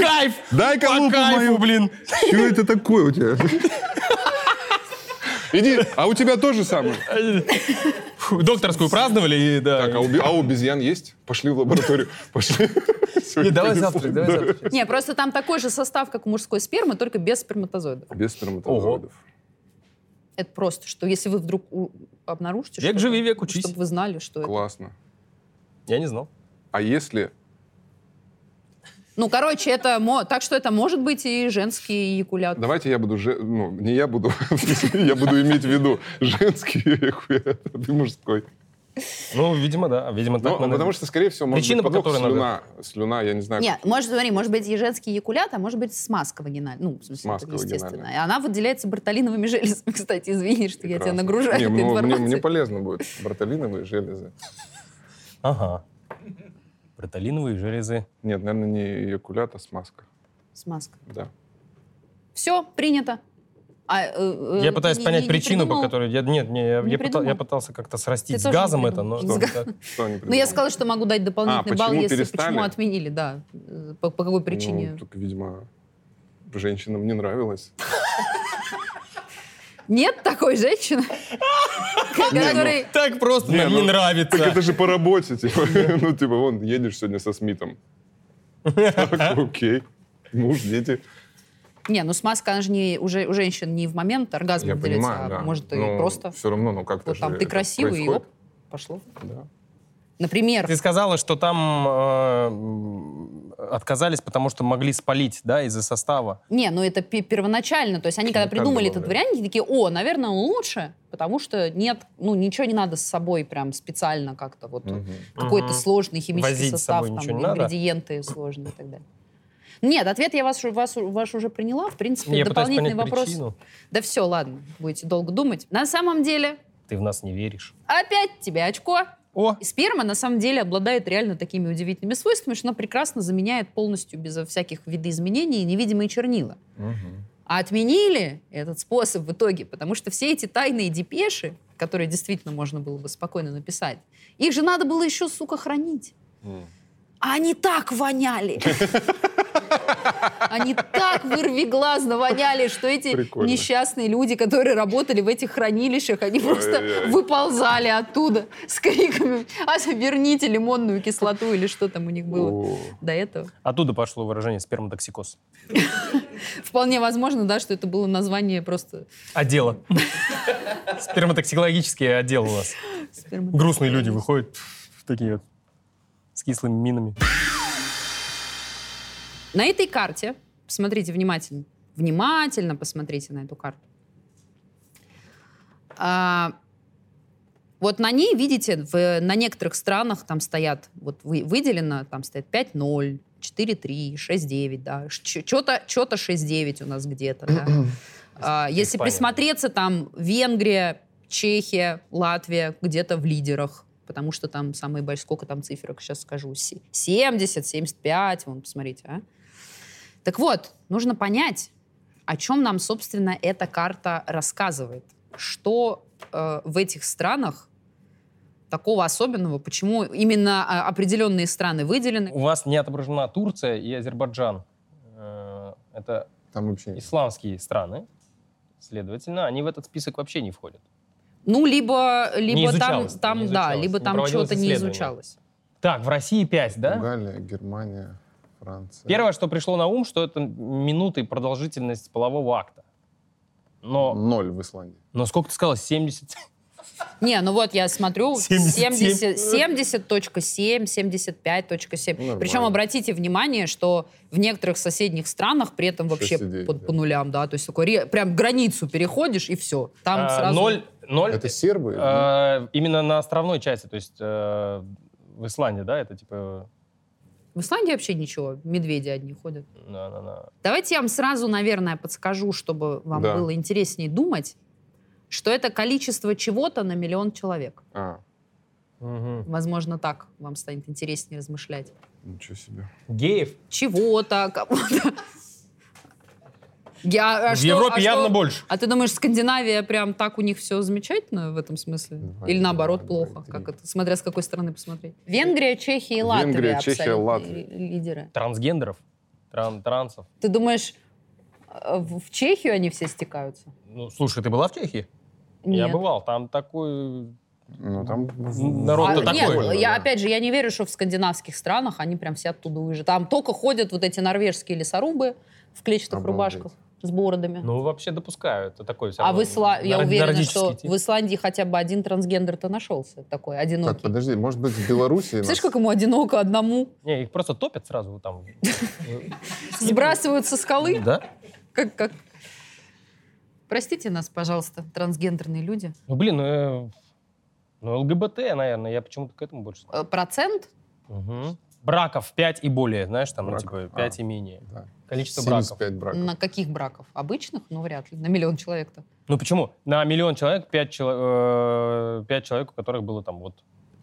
Кайф! Дай-ка По лупу кайфу, мою. блин. Что Ну, это такое у тебя? Иди, а у тебя тоже самое? Фу, Докторскую праздновали, и да. Так, а у, би- а у обезьян есть? Пошли в лабораторию. Пошли. И Сегодня давай понесло. завтрак, давай завтрак. Не, просто там такой же состав, как у мужской спермы, только без сперматозоидов. Без сперматозоидов. Это просто, что если вы вдруг у- обнаружите, Век что-то, живи, век учись. чтобы вы знали, что это. Классно. Я не знал. А если... Ну, короче, это мо- так что это может быть и женский эякулят. Давайте я буду... же- Ну, не я буду. Я буду иметь в виду женский эякулят, а ты мужской. Ну, видимо, да. Видимо, так Ну, надо. потому что, скорее всего, может Причина, быть, по подвох которой слюна. Слюна, я не знаю. Нет, может, смотри, может быть и женский эякулят, а может быть смазка вагинальная. Ну, в смысле, Смазка это естественно. вагинальная. И она выделяется бартолиновыми железами. Кстати, извини, что я тебя Прекрасно. нагружаю Не, этой ну, мне, информацией. мне полезно будет. Бартолиновые железы. Ага. Проталиновые железы. Нет, наверное, не эякулят, а смазка. Смазка. Да. Все, принято. А, э, э, Я ты пытаюсь не- понять не- не причину, придумал? по которой... Я, нет, не, я, Не я пыта- придумал? я пытался как-то срастить Ты с тоже не газом это, придумал. но... С что-то газом. так. Что они Ну, я придумали? сказала, что могу дать дополнительный А, балл, почему если перестали? почему отменили, да. Э, По, по какой причине. Ну, только, видимо, женщинам не нравилось. Нет такой женщины, ну, которой... Так просто Не, нам ну, не нравится. Так это же по работе, типа. Ну, типа, вон, едешь сегодня со Смитом. Так, окей. Муж, дети. Не, ну смазка, она же не, уже, у женщин не в момент оргазма Я выделяется, а понимаю, да. может и Но просто. Все равно, ну как-то Вот там же ты это красивый, и происходит. оп, пошло. Да. Например, Ты сказала, что там э, м, отказались, потому что могли спалить, да, из-за состава. не, ну это пе- первоначально, то есть они когда Ну, как придумали было, этот блин? вариант, они такие, о, наверное, он лучше, потому что нет, ну ничего не надо с собой прям специально как-то вот Мгм. какой-то Мгм. сложный химический Возить с состав, собой там ничего не надо? ингредиенты сложные и так далее. Нет, ответ я вас, вас, ваш уже приняла. В принципе, Я пытаюсь дополнительный понять вопрос. причину. Да все, ладно, будете долго думать. На самом деле, Ты в нас не веришь. опять тебе очко. О, И Сперма, на самом деле, обладает реально такими удивительными свойствами, что она прекрасно заменяет полностью, безо всяких видоизменений, невидимые чернила. Мгм. А отменили этот способ в итоге, потому что все эти тайные депеши, которые действительно можно было бы спокойно написать, их же надо было еще, сука, хранить. Мгм. А они так воняли! Они так вырвиглазно воняли, что эти Прикольно. несчастные люди, которые работали в этих хранилищах, они просто Ай-яй-яй. выползали оттуда с криками «А, верните лимонную кислоту» или что там у них было О, до этого. оттуда пошло выражение сперматоксикоз. Вполне возможно, да, что это было название просто Отдела. Сперматоксикологический отдел у нас. сперма- Грустные люди выходят пф, такие вот, с кислыми минами. На этой карте, посмотрите внимательно, внимательно посмотрите на эту карту. А, Вот на ней, видите, в, на некоторых странах там стоят, вот вы, выделено, там стоит 5-0, 4-3, 6-9, да, что-то 6-9 у нас где-то, да. А, если Испания. присмотреться, там Венгрия, Чехия, Латвия где-то в лидерах, потому что там самые большие, сколько там циферок, сейчас скажу, Се- 70, 75, вон, посмотрите, а. Так вот, нужно понять, о чем нам, собственно, эта карта рассказывает. Что э, в этих странах такого особенного, почему именно а, определенные страны выделены. У вас не отображена Турция и Азербайджан. Э, Это Там вообще нет. исламские страны. Следовательно, они в этот список вообще не входят. Ну, либо, либо там, изучалось, не там да, изучалось, либо не там проводилось что-то не исследование. изучалось. Так, в России 5, да? Португалия, Германия, Франция. Первое, что пришло на ум, что это минуты продолжительность полового акта. Но, Ноль в Исландии. но сколько ты сказал, 70? Не, ну вот я смотрю 77. 70, 70.7, 75.7. Ну, Нормально. Причем обратите внимание, что в некоторых соседних странах при этом вообще 6,9, по, да. по нулям, да, то есть такой ре- прям границу переходишь и все. Там А, сразу Ноль, ноль, Это сербы? а. э, именно на островной части, то есть э, в Исландии, да, это типа... в Исландии вообще ничего, медведи одни ходят. на- на- на. Давайте я вам сразу, наверное, подскажу, чтобы вам Да. было интереснее думать, что это количество чего-то на миллион человек. А, Мгм. Возможно, так вам станет интереснее размышлять. ничего себе. Геев? чего-то, кого-то. Я, а в что- Европе а что- явно больше. А ты думаешь, Скандинавия прям так у них все замечательно в этом смысле? Два, Или два, наоборот два, плохо? три. Как это? Смотря с какой стороны посмотреть. Венгрия, Чехия и Латвия. Венгрия, Чехия, абсолютные Латвия. Лидеры. Трансгендеров? Тран- трансов? Ты думаешь, э, в в Чехию они все стекаются? Ну, слушай, ты была в Чехии? Я Нет. бывал, там такой... Ну, там... Народ А, Ну, нет, такой, я опять же, я не верю, что в скандинавских странах они прям все оттуда уезжают. Там только ходят вот эти норвежские лесорубы в клетчатых Обалдеть. рубашках с бородами. Ну, вообще допускаю, это такой... всё А в равно Исла... я нар- уверена, нордический что тип. в Исландии хотя бы один трансгендер-то нашелся такой, одинокий. Так, подожди, может быть, в Беларуси... нас- Слышишь, как ему одиноко одному? Не, их просто топят сразу вот там. Сбрасывают со скалы? Да? Как, как? Простите нас, пожалуйста, трансгендерные люди. Ну, блин, ну, э, ну, ЛГБТ, наверное, я почему-то к этому больше... склоняюсь. Э, Процент? Мгм. Браков 5 и более, знаешь, там, ну, Брак. типа, А. 5 и менее. Да. Количество браков. 75 браков. На каких браков? Обычных? Ну, вряд ли. На миллион человек-то. Ну, почему? На миллион человек 5, человек, у которых было там вот...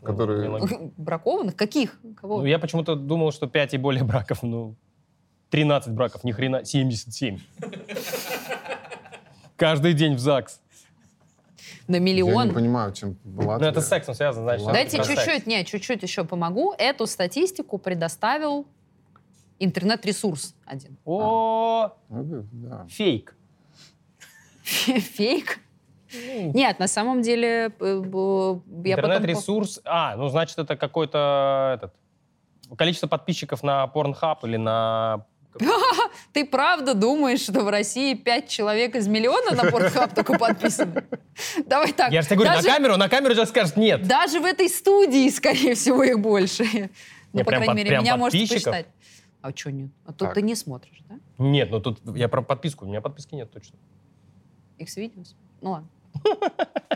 ну, Которые- нелогично. Бракованных? Каких? Кого? Ну, я почему-то думал, что 5 и более браков, ну, 13 браков, ни хрена, 77. Каждый день в ЗАГС. На Я не миллион? понимаю, чем Ну, Латвия. это с сексом связано, значит. А Ладно. Дайте про секс. чуть-чуть, нет, чуть-чуть еще помогу. Эту статистику предоставил интернет-ресурс один. О, Ну, да, да. фейк. Фейк? Нет, на самом деле... э, б- Ну, я потом по- Интернет-ресурс. А, ну, значит, это какой-то этот... Количество подписчиков на Pornhub или на... Ты правда думаешь, что в России 5 человек из миллиона на Pornhub только подписаны? Давай так. Я же тебе говорю, даже- на камеру, на камеру сейчас скажут нет. Даже в этой студии, скорее всего, их больше. Ну, Не, по прям крайней под- мере, прям меня можете подписчиков? посчитать. А что нет? А тут Так. ты не смотришь, да? Нет, ну тут я про подписку, у меня подписки нет точно. X-Videos? Ну ладно.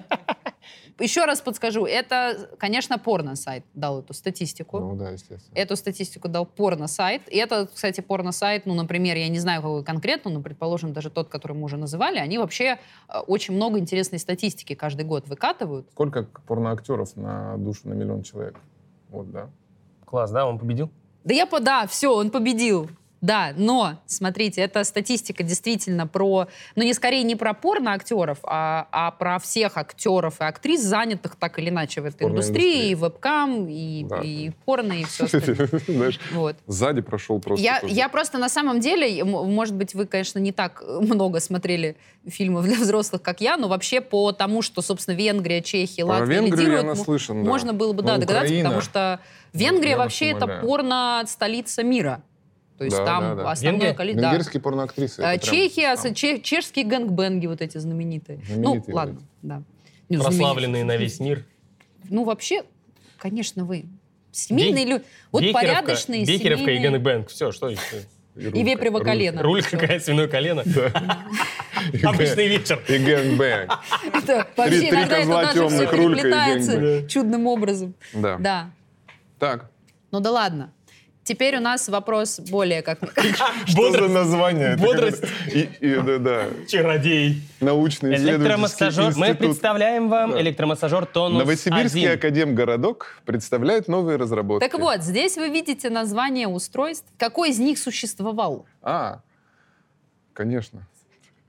Еще раз подскажу. Это, конечно, порно-сайт дал эту статистику. Ну, да, естественно. Эту статистику дал порно-сайт. И это, кстати, порно-сайт, ну, например, я не знаю, какой конкретно, но, предположим, даже тот, который мы уже называли, они вообще э, очень много интересной статистики каждый год выкатывают. Сколько порноактеров на душу на миллион человек? Вот, да. Класс, да, он победил? Да я по... Да, все, он победил. Да, но, смотрите, эта статистика действительно про, ну, не скорее не про порно-актеров, а, а про всех актеров и актрис, занятых так или иначе в этой индустрии, и Порноиндустрии. вебкам, и, Да. и порно, и все остальное. Знаешь, Вот. сзади прошел просто. Я, тоже. я просто на самом деле, м- может быть, вы, конечно, не так э, много смотрели фильмов для взрослых, как я, но вообще по тому, что, собственно, Венгрия, Чехия, Про Латвия Венгрию я лидируют, м- наслышан, да. можно было бы, да, Ну, догадаться, Украина. потому что Венгрия Я вас вообще это умоляю. порно-столица мира. То есть Да, там да, да. основное Венгрия? количество... да. Венгерские порноактрисы. Э, это прям Чехия, там. че- чешские гэнгбенги вот эти знаменитые. Знаменитые ну, ладно, вот да. Не, ну, Прославленные знаменитые. на весь мир. Ну, вообще, конечно, вы... Семейные люди. Вот Бекеровка- порядочные Бекеровка семейные... и Геннебэнк. Все, что еще? И Рулька, вепрево рулька. колено. Руль Всё. какая свиное колено. Обычный вечер. И гэнбэнг. Это Вообще три иногда это у козла нас же все тёмных, рулька и переплетается деньги. чудным образом. Да. Да. Так. Ну да ладно. Теперь у нас вопрос более как... Что за Бодрость, название? Это бодрость. какой-то- и- и- да, да. чародей. Научный исследовательский Электромассажер. Мы институт. представляем вам Да. электромассажер тонус Новосибирский 1. академгородок представляет новые разработки. Так вот, здесь вы видите название устройств. Какой из них существовал? А, конечно.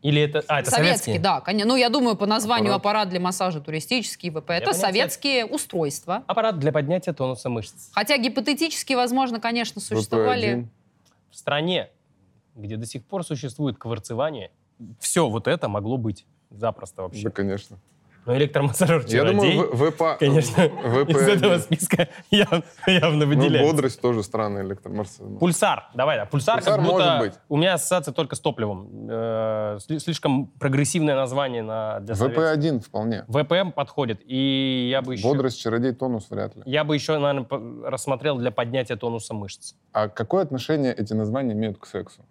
Или это... А, это советский? да, конечно. Ну, я думаю, по названию Аппарат. аппарат для массажа туристический, ВП, это понятия- советские устройства. Аппарат для поднятия тонуса мышц. Хотя гипотетически, возможно, Ну, конечно, существовали. VP1. В стране, где до сих пор существует кварцевание, все вот это могло быть запросто вообще. Да, конечно. Но электромассажер Я чародей, думаю, в- ВП... конечно, VP1. из этого списка яв- Ну, явно выделяется. бодрость тоже странный электромарсел. Пульсар, давай, да, пульсар, Пульсар как будто может быть. у меня ассоциация только с топливом. Э, сли- слишком прогрессивное название на для советского. ВП-1 вполне. ВПМ подходит, и я бы еще... Бодрость, чародей, тонус вряд ли. Я бы еще, наверное, рассмотрел для поднятия тонуса мышц. А какое отношение эти названия имеют к сексу?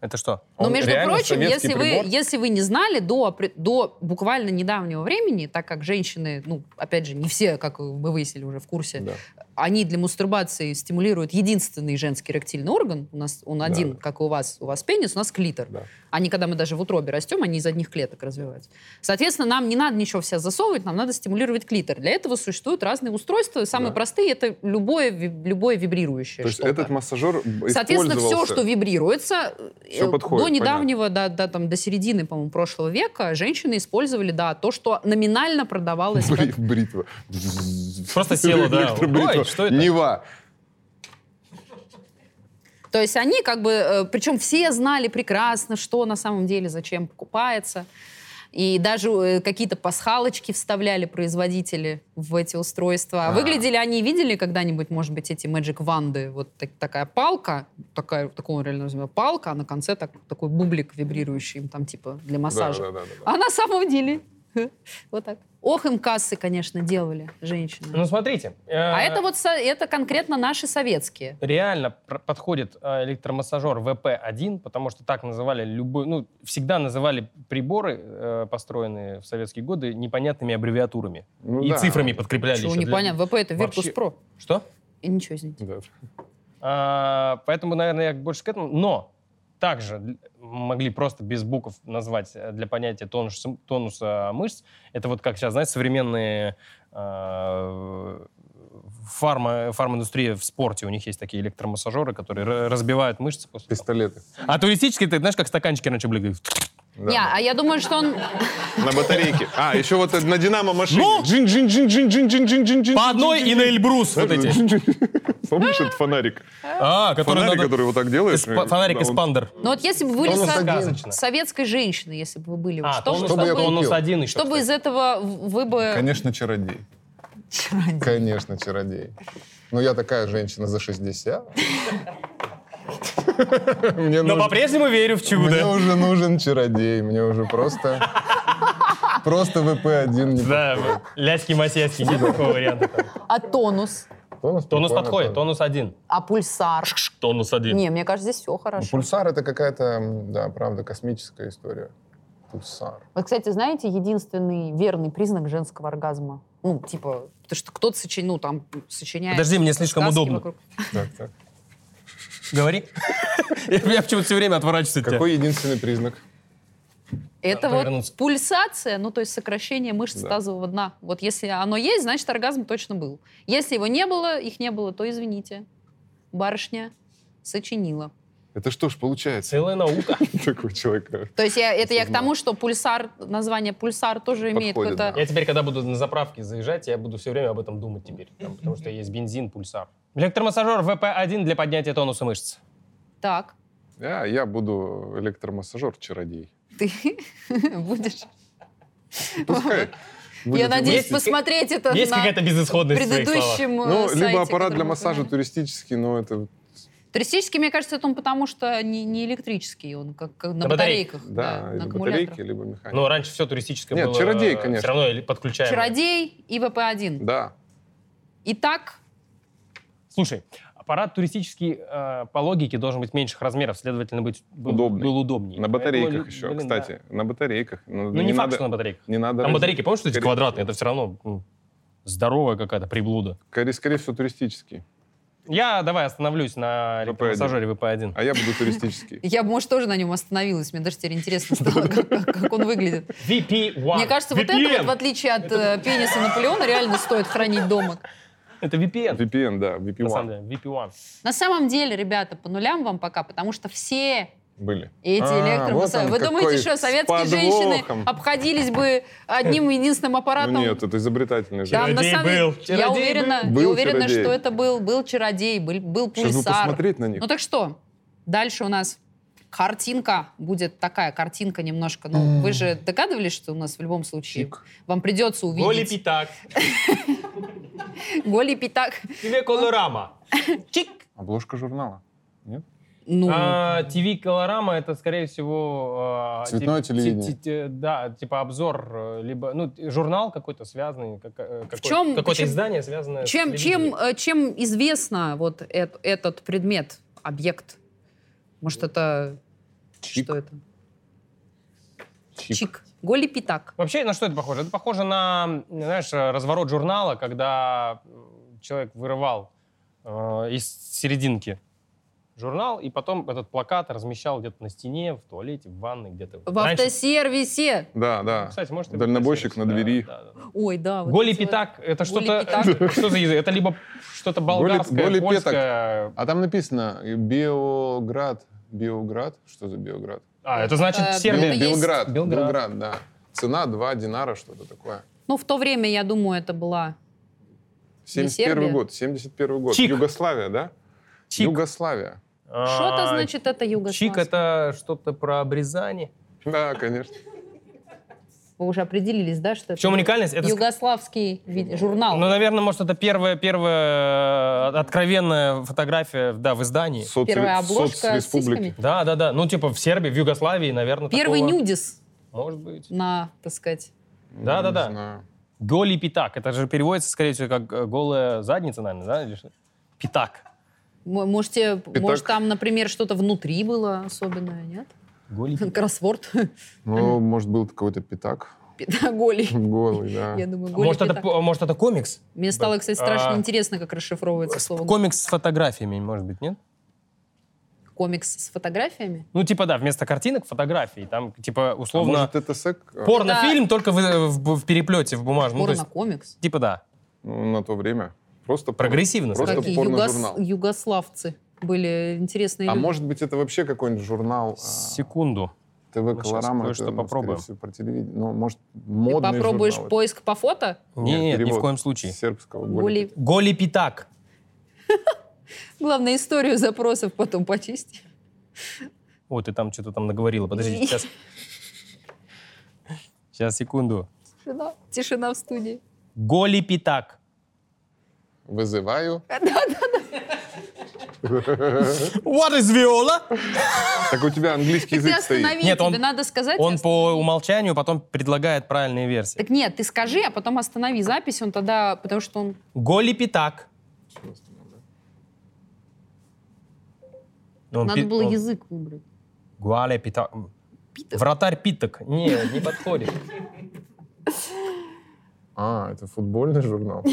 Это что? Но, Он Ну, между реально прочим, советский если вы, прибор? если вы не знали до, при- до буквально недавнего времени, так как женщины, ну, опять же, не все, как мы выяснили уже в курсе, Да. они для мастурбации стимулируют единственный женский ректильный орган. У нас он Да. один, как и у вас, у вас пенис, у нас клитор. Да. Они, когда мы даже в утробе растем, они из одних клеток развиваются. Соответственно, нам не надо ничего в себя засовывать, нам надо стимулировать клитор. Для этого существуют разные устройства. Самые Да. простые — это любое, ви- любое вибрирующее То есть что-то. этот массажер б- Соответственно, все, использовался. что вибрируется, э, Всё подходит, до недавнего, до, до, там, до середины, по-моему, прошлого века, женщины использовали, да, то, что номинально продавалось как Бри- бритва. Просто села, да. Электробритва. Ой, что это? Нева. То есть они как бы, э, причем все знали прекрасно, что на самом деле, зачем покупается. И даже э, какие-то пасхалочки вставляли производители в эти устройства. А. Выглядели они, видели когда-нибудь, может быть, эти Magic ванды? Вот так- такая палка, такая, такого реально называю, палка, а на конце так, такой бублик вибрирующий, им там типа для Да, массажа. да, да, да, да. А на самом деле, вот так. Ох, им кассы, конечно, делали женщины. Ну, смотрите. э, А это вот, со- это конкретно наши советские. Реально пр- подходит э, электромассажер ВП-1, потому что так называли любой... Ну, всегда называли приборы, э, построенные в советские годы, непонятными аббревиатурами. Ну и да. цифрами подкрепляли Чего еще для- непонятно. ВП это Virtus Вообще- Pro. Что? И Ничего, извините. Да. А, поэтому, наверное, я больше к этому. Но также л- могли просто без букв назвать э, для понятия тонус, тонуса мышц. Это вот как сейчас, знаете, современные э, фарма, фарминдустрия в спорте. У них есть такие электромассажеры, которые ра- разбивают мышцы после... Пистолеты. А туристические, ты знаешь, как стаканчики раньше были. Да. Не, а я думаю, что он... На батарейке. А, еще вот это на динамо машине. Ну! Джин-джин-джин-джин-джин-джин-джин. По одной и на Эльбрус вот эти. Помнишь этот фонарик? А, который Фонарик, надо... который вот так делаешь. э, Эсп- Фонарик да, он- Эспандер. Ну вот если бы вы были Тонус со- один. Сказочно. советской женщиной, если бы вы были, А, что, бы- тонус, что, чтобы я бы- купил. тонус один еще. что бы кстати. из этого в- вы бы... Конечно, чародей. Чародей. Конечно, чародей. Ну, я такая женщина за 60. Мне Но нужен- по-прежнему верю в чудо. Мне уже нужен чародей, мне уже просто... Просто ВП-1 не Да, ляськи масяски нет такого варианта. там. А тонус? Тонус, Тонус прикольно, подходит, тонус. тонус один. А пульсар? Тонус один. Не, мне кажется, здесь все Ну, хорошо. Пульсар — это какая-то, м, да, правда, космическая история. Пульсар. Вот, кстати, знаете, единственный верный признак женского оргазма? Ну, типа, потому что кто-то сочинил, там, сочиняет... Подожди, мне слишком сказки удобно. вокруг. Так, так. Говори. Я почему-то все время отворачиваюсь от тебя. Какой единственный признак? Это Надо вот повернуться. пульсация, ну, то есть сокращение мышц Да. тазового дна. Вот если оно есть, значит, оргазм точно был. Если его не было, их не было, то извините. Барышня сочинила. Это что ж получается? Целая наука. Такой человек. да. То есть я, это я к Осознал. тому, что пульсар, название пульсар тоже имеет Подходит, какое-то... да. Я теперь, когда буду на заправке заезжать, я буду все время об этом думать теперь. там, Потому что есть бензин, пульсар. Электромассажер ВП-1 для поднятия тонуса мышц. Так, Я, я буду электромассажер-чародей. ты будешь... Ну, Пускай. Я будет надеюсь ему- Есть- посмотреть это Есть на какая-то безысходность в твоих словах? предыдущем э, Ну, сайте, либо аппарат который для мы массажа упоминали. туристический, но это... Туристический, мне кажется, это он потому, что не, не электрический, он как, как на, На батарейках. батарейках, да, Да, на или аккумуляторах. батарейки, либо механика. Ну, раньше все туристическое Нет, было... чародей, конечно. Все равно или подключаемое. Чародей и ВП-1. Да. Итак, Слушай, аппарат туристический э, по логике должен быть меньших размеров, следовательно, быть, был, Удобный. был удобнее. На Поэтому, батарейках еще, блин, да. кстати. На батарейках. Ну, Ну, не, факт, надо- что на батарейках. Не надо... Там раз- батарейки, помнишь, что эти Скорее- квадратные? Это все равно м, здоровая какая-то приблуда. Скорее, скорее всего, туристический. Я давай остановлюсь на VP1. электропассажире ВП-1. А я буду туристический. Я бы, может, тоже на нем остановилась. Мне даже теперь интересно стало, как, как он выглядит. VP-1. Мне кажется, вот это вот, VPN. в отличие от э, пениса Наполеона, реально стоит хранить дома. Это VPN. VPN, да, VPN На самом деле, VP-1. На самом деле, ребята, по нулям вам пока, потому что все были. эти А, вот электромассажи. он Вы какой, думаете, что с советские женщины подвохом. обходились бы одним единственным аппаратом? Ну нет, это изобретательный же. Да, на Чародей самом деле, был. Я Чародей уверена, был. я Был уверена чародей. что это был, был чародей, был, был Сейчас бы пульсар. посмотреть на них. Ну так что, дальше у нас картинка будет такая, картинка немножко. Ну, вы же догадывались, что у нас в любом случае Чик. вам придется Голи увидеть пятак. голий пятак. Тебе колорама. Чик. Обложка журнала. Нет? Ну, А, ТВ Колорама это, скорее всего... а, Цветное ти- телевидение. ти- ти- Да, типа обзор, э, либо ну, т- журнал какой-то связанный, как- э, какой- чем- какое-то чем- издание связанное с чем, чем, телевидением. э, чем известно вот эт- этот предмет, объект? Может, это... Чик. Что это? Чик. Чик. Голий пятак. Вообще, на что это похоже? Это похоже на, знаешь, э, разворот журнала, когда м, человек вырывал э, из серединки журнал, и потом этот плакат размещал где-то на стене, в туалете, в ванной, где-то. В Раньше- автосервисе. Да, да. Кстати, может... и Дальнобойщик на да, двери. да, да. Ой, да. А вот Голий эти вот. пятак, это Голий что-то... пятак. Что за язык? Это либо что-то болгарское, голий пятак. польское... А там написано э, Биоград. Биоград? Что за Биоград? А, это значит Э, Сербия. Это Нет, есть- Белград. Белград. Белград, да. Цена 2 динара, что-то такое. Ну, в то время, я думаю, это была... 71 Сербия? год, 71 год. Чик. Югославия, да? Чик. Югославия. А, Что-то, значит, это Чик — Югославская. это что-то про обрезание. Да, конечно. Вы уже определились, да, что В чем уникальность? Это... ск- югославский ви- журнал. Ну, наверное, может, это первая, первая э, откровенная фотография, да, в издании. Соц- Первая обложка с соцреспублики. сиськами. Да, да, да. Ну, типа в Сербии, в Югославии, наверное, Первый такого- нюдис Может быть. на, так сказать. Да, да, да. Не знаю. Голий пятак. Это же переводится, скорее всего, как э, голая задница, наверное, да? или что? Пятак. М- Можете, Итак. может, там, например, что-то внутри было особенное, нет? Голий пятак. Кроссворд. Ну, может, был какой-то пятак Педоголий. голый, да. Я думаю, голый Может, это, пятак. по- может, это комикс? Мне стало, кстати, страшно А. интересно, как расшифровывается слово «голый». Э, Комикс с фотографиями, может быть, нет? комикс с фотографиями. Ну, типа, да, вместо картинок фотографии. Там, типа, А условно, может, это сек? э, порнофильм только в, э, в- в переплете, в бумажном. Ну, то есть, Порно-комикс. типа, да. Ну, на то время. Просто порно. Прогрессивно. Просто скажем. Какие порно-журнал. югос- югославцы были интересные А люди. может быть, это вообще какой-нибудь А. журнал э, Секунду. ТВ щас Колорама? кое-что это, ну, скорее попробуем. всего, про телевидение. Ну, может, Ты модный попробуешь журнал. поиск по фото? Нет, Нет, ни в перевод коем случае. С сербского Голий- голий. Голий пятак. Главное, историю запросов потом почисти. Ой, ты там что-то там наговорила. Подожди, сейчас. Сейчас, секунду. Тишина, тишина в студии. Голий пятак. Вызываю. What is Viola? Так у тебя английский Так ты язык стоит. останови, Нет, тебе он- надо сказать. Он по умолчанию потом предлагает правильные версии. Так нет, ты скажи, а потом останови запись, он тогда, потому что он... Голий пятак. Ну, он надо пи- было он- язык выбрать. Гуаля питак. Питок. Вратарь питок. Не, не подходит. А, это футбольный журнал.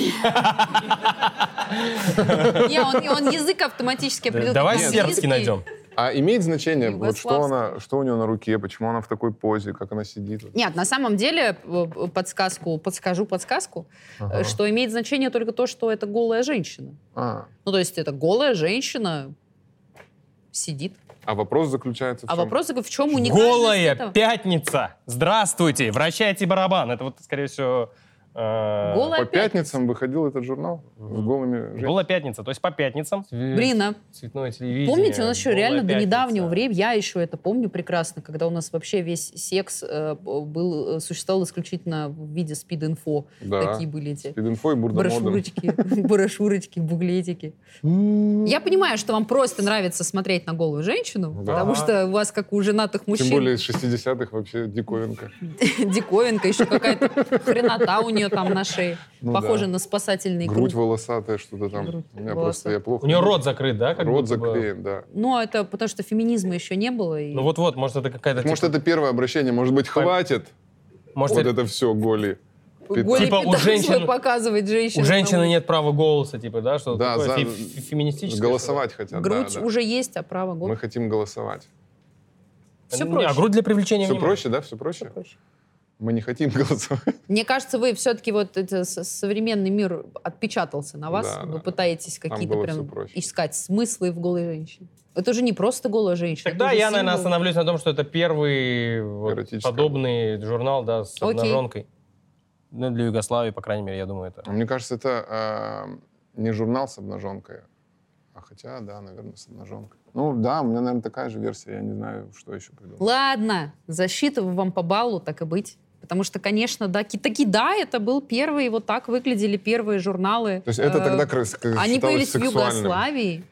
Не, он, он язык автоматически определил. Давай как сербский английский. найдем. А имеет значение, вот что, Югославский. она, что у нее на руке, почему она в такой позе, как она сидит? Нет, на самом деле э, подсказку, подскажу подсказку, э, Ага. что имеет значение только то, что это голая женщина. А, Ну, то есть это голая женщина сидит. а вопрос заключается в А чем? вопрос такой, в чем уникальность Голая этого? пятница. Здравствуйте, вращайте барабан. Это вот, скорее всего... э, Голая По пятницам выходил этот журнал с голыми женщинами. Голая пятница, то есть по пятницам. Блин, а Цветное телевидение. Помните, у нас еще голая реально до пятница. недавнего времени, я еще это помню прекрасно, когда у нас вообще весь секс э, был, э, существовал исключительно в виде спид-инфо. Да. Такие были эти Спидинфо и бурдомодом. брошюрочки, брошюрочки, буклетики. Я понимаю, что вам просто нравится смотреть на голую женщину, Да. потому что у вас, как у женатых Тем мужчин, более из 60-х вообще диковинка. диковинка, еще какая-то хренота у нее нее там на шее. Ну Похоже да. на спасательный Грудь круг. волосатая, что-то там. Грудь У меня просто волосатая. я плохо... У нее рот закрыт, да? как Рот будто бы? заклеен, да. Ну, это потому что феминизма еще не было. и- Ну вот-вот, может, это какая-то... Может, типа- это первое обращение. Может быть, хватит может, вот это- это все голи. Голый Типа у пятак свой женщин- показывать женщин. у женщины нет права голоса, типа, да? Что Да, такое? за- Фе- фе- феминистическое? Голосовать хотят, да, Грудь да. уже есть, а право Мы голоса. хотим голосовать. Все Не, проще. А грудь для привлечения Все внимания. проще, да? Все проще? Мы не хотим голосовать. Мне кажется, вы все-таки вот это со- современный мир отпечатался на вас. Да, вы да. пытаетесь какие-то было прям всё проще. искать смыслы в голой женщине. Это уже не просто голая женщина. Тогда это уже я, символ. наверное, остановлюсь на том, что это первый вот Эротическое. подобный журнал, да, с Окей. обнаженкой. Ну, для Югославии, по крайней мере, я думаю, это... Мне кажется, это э, не журнал с обнаженкой. А хотя, да, наверное, с обнаженкой. Ну да, у меня, наверное, такая же версия. Я не знаю, что еще придумал. Ладно, засчитываю вам по баллу, так и быть. Потому что, конечно, да, ки- таки да, это был первый, вот так выглядели первые журналы. То есть это Э, тогда крас- как Они считалось появились в сексуальным. Югославии.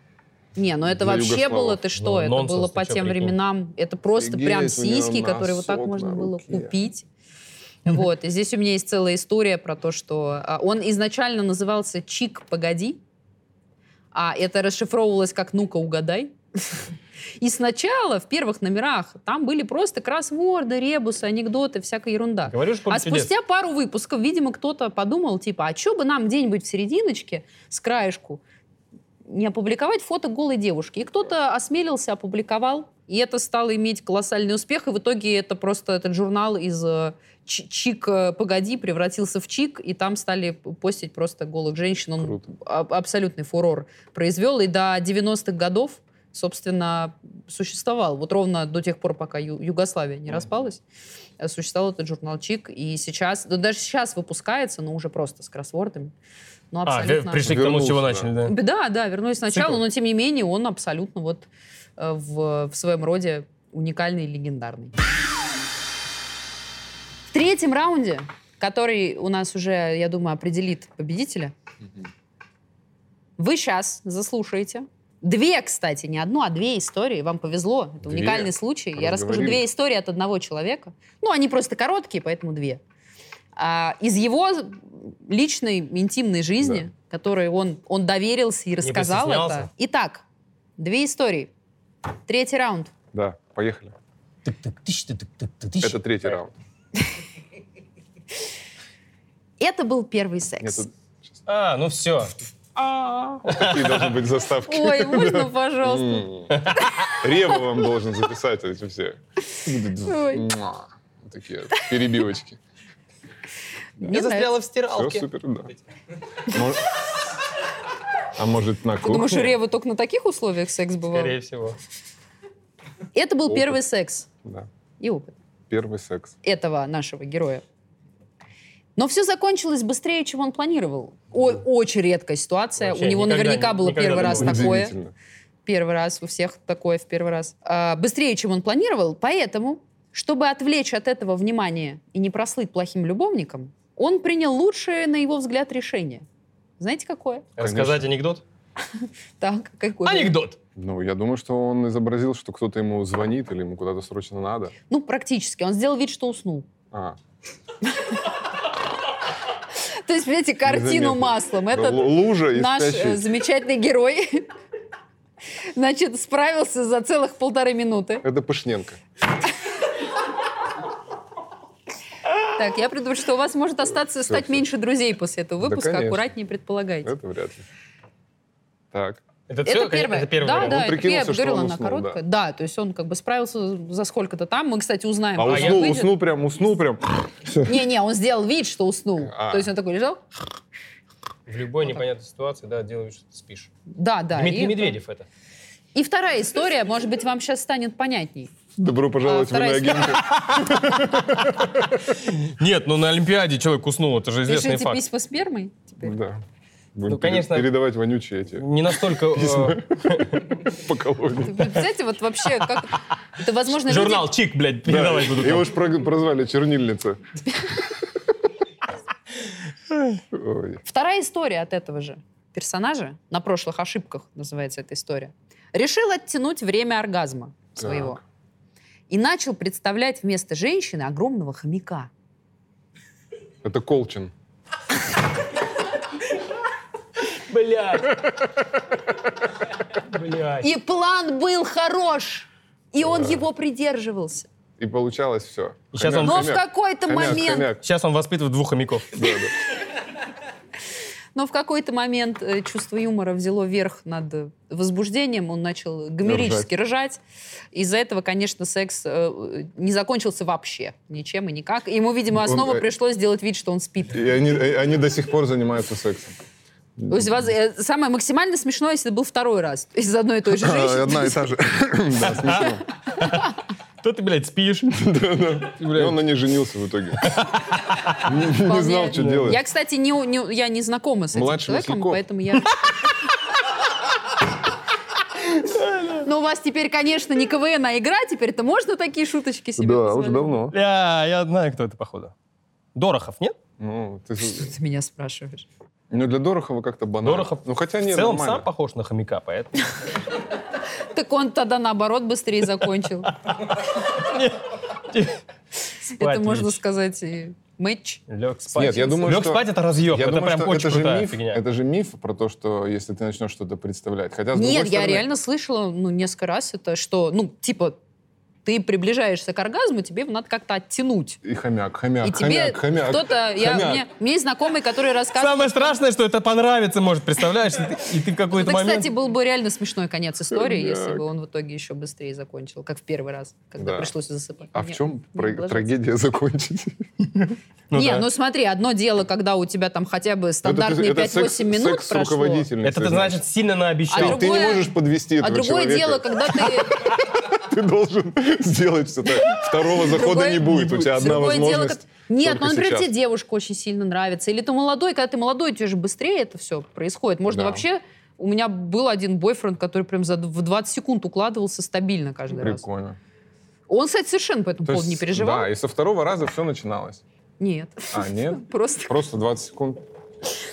Не, ну это Для вообще югославов. было, ты что, Ну, это нонсенс, было ты по чё, тем прикинь? временам. Это просто Офигеть, у прям неё сиськи, которые вот так носок можно на было руке. купить. Вот, и здесь у меня есть целая история про то, что а, он изначально назывался «Чик, погоди», а это расшифровывалось как «Ну-ка, угадай». И сначала в первых номерах там были просто кроссворды, ребусы, анекдоты, всякая ерунда. Говоришь, А спустя пару выпусков, видимо, кто-то подумал, типа, а что бы нам где-нибудь в серединочке, с краешку, не опубликовать фото голой девушки. И кто-то осмелился, опубликовал, и это стало иметь колоссальный успех, и в итоге это просто этот журнал из э, Ч- Чик э, погоди превратился в Чик, и там стали п- постить просто голых женщин. Он Круто. а- абсолютный фурор произвел, и до 90-х годов собственно, существовал. Вот ровно до тех пор, пока Ю- Югославия не Мгм. распалась, э, существовал этот журнал «Чик». И сейчас, ну, даже сейчас выпускается, но уже просто с кроссвордами. Ну, А, абсолютно... ве- пришли к тому, с чего Вернулся, начали, да. Да, да, вернулись сначала, Цикл. но тем не менее он абсолютно вот э, в, в своем роде уникальный и легендарный. В третьем раунде, который у нас уже, я думаю, определит победителя, вы сейчас заслушаете. Две, кстати, не одну, а две истории. Вам повезло. Это Две. уникальный случай. А Я расскажу Разговорились. две истории от одного человека. Ну, они просто короткие, поэтому две. А, из его личной интимной жизни, которой он, он доверился и рассказал это. постеснялся. Итак, две истории. Третий раунд. Да, поехали. Это третий раунд. Это был первый Нет, секс. тут А, ну все. А. такие должны быть заставки. Ой, можно, пожалуйста? М. Рева вам должен записать эти все. Ой. Муа. Вот Такие перебивочки. Мне Я застряла в Все стиралке. супер, да. Мож- А может, на Ты думаешь, у кухне? Ревы только на таких условиях секс бывал? Скорее всего. Это был Опыт. первый секс Да. и опыт. Первый секс. этого нашего героя. Но все закончилось быстрее, чем он планировал. Ой, очень редкая ситуация. Вообще у него никогда наверняка не- было никогда первый не раз было. такое. Удивительно. Первый раз у всех такое в первый раз. А, быстрее, чем он планировал. Поэтому, чтобы отвлечь от этого внимание и не прослыть плохим любовником, он принял лучшее, на его взгляд, решение. Знаете, какое? Рассказать анекдот? Так, какое? Анекдот! Ну, я думаю, что он изобразил, что кто-то ему звонит или ему куда-то срочно надо. Ну, практически. Он сделал вид, что уснул. А, То есть, видите, картину Незаметно. маслом. л- Этот лужа и наш э, спящий. замечательный герой, значит, справился за целых полторы минуты. Это Пышненко. Так, я придумала, что у вас может остаться, Всё, стать всё. меньше друзей после этого Да, выпуска. конечно. Аккуратнее предполагайте. Это вряд ли. Так. Это, Это всё? первое. Это первый да, вариант. да, Он это прикинулся, я что говорила, он она уснул, короткая. Да. то есть он как бы справился за сколько-то там. Мы, кстати, узнаем. А как уснул, выйдет. уснул прям, уснул прям. Не-не, он сделал вид, что уснул. А. То есть он такой лежал. В любой Вот так. непонятной ситуации, да, делаешь, что ты спишь. Да, да. Дмитрий и, Медведев это. и вторая история, может быть, вам сейчас станет понятней. Добро пожаловать А, в иноагенты. Нет, ну на Олимпиаде человек уснул, это же Пишите письма спермой. теперь. Да. Будем Ну, конечно. пере- передавать вонючие эти Не настолько... э, по колонии. Вы Представляете, вот вообще, как... Это, возможно, люди- Журнал Чик, блядь, Да, передавать буду. Его там. уж прозвали чернильница. Ой. Вторая история от этого же персонажа, на прошлых ошибках называется эта история, решил оттянуть время оргазма своего. Так. И начал представлять вместо женщины огромного хомяка. Это Колчин. Блядь. Блядь. И план был хорош, и он его придерживался. И получалось все. И щас Ну, он- Но в какой-то момент Сейчас он воспитывает двух хомяков. Но в какой-то момент э, чувство юмора взяло верх над э, возбуждением, он начал гомерически ржать. Из-за этого, конечно, секс э, э, не закончился вообще ничем и никак. Ему, видимо, Он, основа э, пришлось делать вид, что он спит. И они, и они до сих пор занимаются сексом. А, То есть, воз- э, самое максимально смешное, если это был второй раз из одной и той же А, женщины. Одна и та же. Да, смешно. Кто ты, блядь, спишь? И он на ней женился в итоге. Не не знал, что Вполне. делать. Я, кстати, не, у- не у- я не знакома с этим Младший человеком, Масляков. поэтому я... Но у вас теперь, конечно, не КВН, а игра. Теперь-то можно такие шуточки себе Да, позволять? уже давно. Бля, я знаю, кто это, походу. Дорохов, нет? Ну, ты же- Что ты меня спрашиваешь? ну, для Дорохова как-то банально. Дорохов Ну, хотя В не, целом нормально. сам похож на хомяка, поэтому... Так он тогда, наоборот, быстрее закончил. Это, можно сказать, и матч. Лег спать. Нет, я думаю, Лег что- спать — это разъеб. Я Это думаю, прям что очень это же, крутая миф, фигня. это же миф про то, что если ты начнешь что-то представлять. Хотя, А с другой Нет, я стороны, реально слышала, ну, несколько раз это, что, ну, типа, ты приближаешься к оргазму, тебе его надо как-то оттянуть. И хомяк, хомяк, И тебе хомяк, хомяк. кто-то... Я, хомяк. мне, у меня есть знакомый, который рассказывал... Самое страшное, что это понравится, может, представляешь, и ты- и ты в какой-то Это, момент... Ну, кстати, был бы реально смешной конец истории, если Хомяк. бы он в итоге еще быстрее закончил, как в первый раз, когда Да. пришлось засыпать. А в Мне- чем мне про- ложиться. трагедия закончить? Ну не, да. ну смотри, одно дело, когда у тебя там хотя бы стандартные Это ты- это 5-8 секс- минут секс с прошло. руководительницей, Это ты, значит, сильно А наобещал. друг- Ты не Другое- можешь подвести А этого другое человека. дело, когда ты... Ты должен сделать все так. Второго захода Другое- не будет. У тебя одна Другое дело, возможность. как- Нет, только ну, например, сейчас. тебе девушка очень сильно нравится. Или ты молодой, когда ты молодой, тебе же быстрее это все происходит. Можно Да. вообще... У меня был один бойфренд, который прям за д- в 20 секунд укладывался стабильно каждый раз. Прикольно. Он, кстати, совершенно по этому То поводу не есть, переживал. Да, и со второго раза все начиналось. Нет. А, нет? Просто, Просто 20 секунд.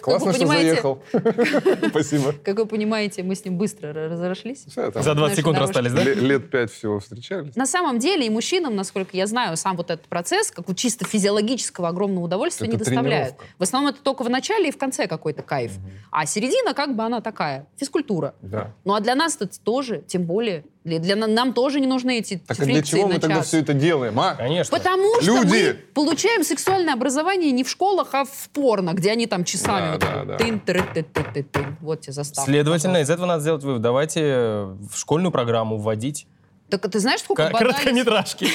Классно, что Ну, понимаете- заехал. Спасибо. как вы понимаете, мы с ним быстро ра- разошлись. Ну, Всё, там За 20 Наши секунд дорожки. расстались, да? ле- Лет пять всего встречались. На самом деле и мужчинам, насколько я знаю, сам вот этот процесс, как у чисто физиологического огромного удовольствия, Это не доставляет. тренировка. В основном это только в начале и в конце какой-то кайф. А середина как бы она такая, физкультура. Да. Ну а для нас это тоже, тем более, для, для на- нам тоже не нужны эти Так а фрикции для чего мы на тогда час. все это делаем, а? Конечно. Потому что Люди! мы получаем сексуальное образование не в школах, а в порно, где они там часами. Да, вот да, так вот да. тын, тыры, ты, ты, ты, тын. Вот тебе заставка. Следовательно, из этого надо сделать вывод. Давайте в школьную программу вводить Так а ты знаешь, сколько к- банально- короткометражки.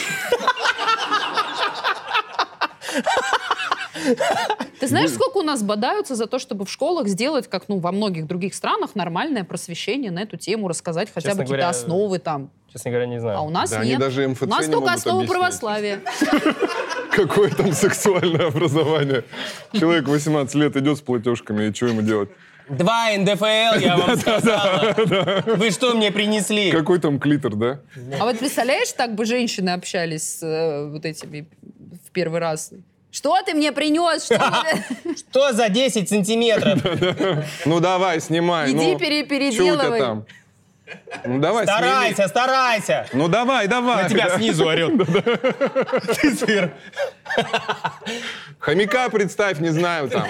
Ты знаешь, сколько у нас бодаются за то, чтобы в школах сделать, как ну, во многих других странах, нормальное просвещение на эту тему, рассказать хотя Честно бы какие-то говоря, основы там. Честно говоря, не знаю. А у нас Да, они нет. даже МФЦ у нас не только могут основы объяснить. православия. Какое там сексуальное образование? Человек 18 лет идет с платежками, и что ему делать? Два НДФЛ, я вам сказала. Вы что мне принесли? Какой там клитор, да? А вот представляешь, так бы женщины общались с э, вот этими в первый раз. Что ты мне принес? Что ты- Что за 10 сантиметров? Ну давай, снимай. Иди ну, пере- чё у тебя переделывай. там? Ну давай, сними. Старайся, старайся. Ну давай, давай. На тебя Да. снизу орет. Ты сыр. Хомяка представь, не знаю там.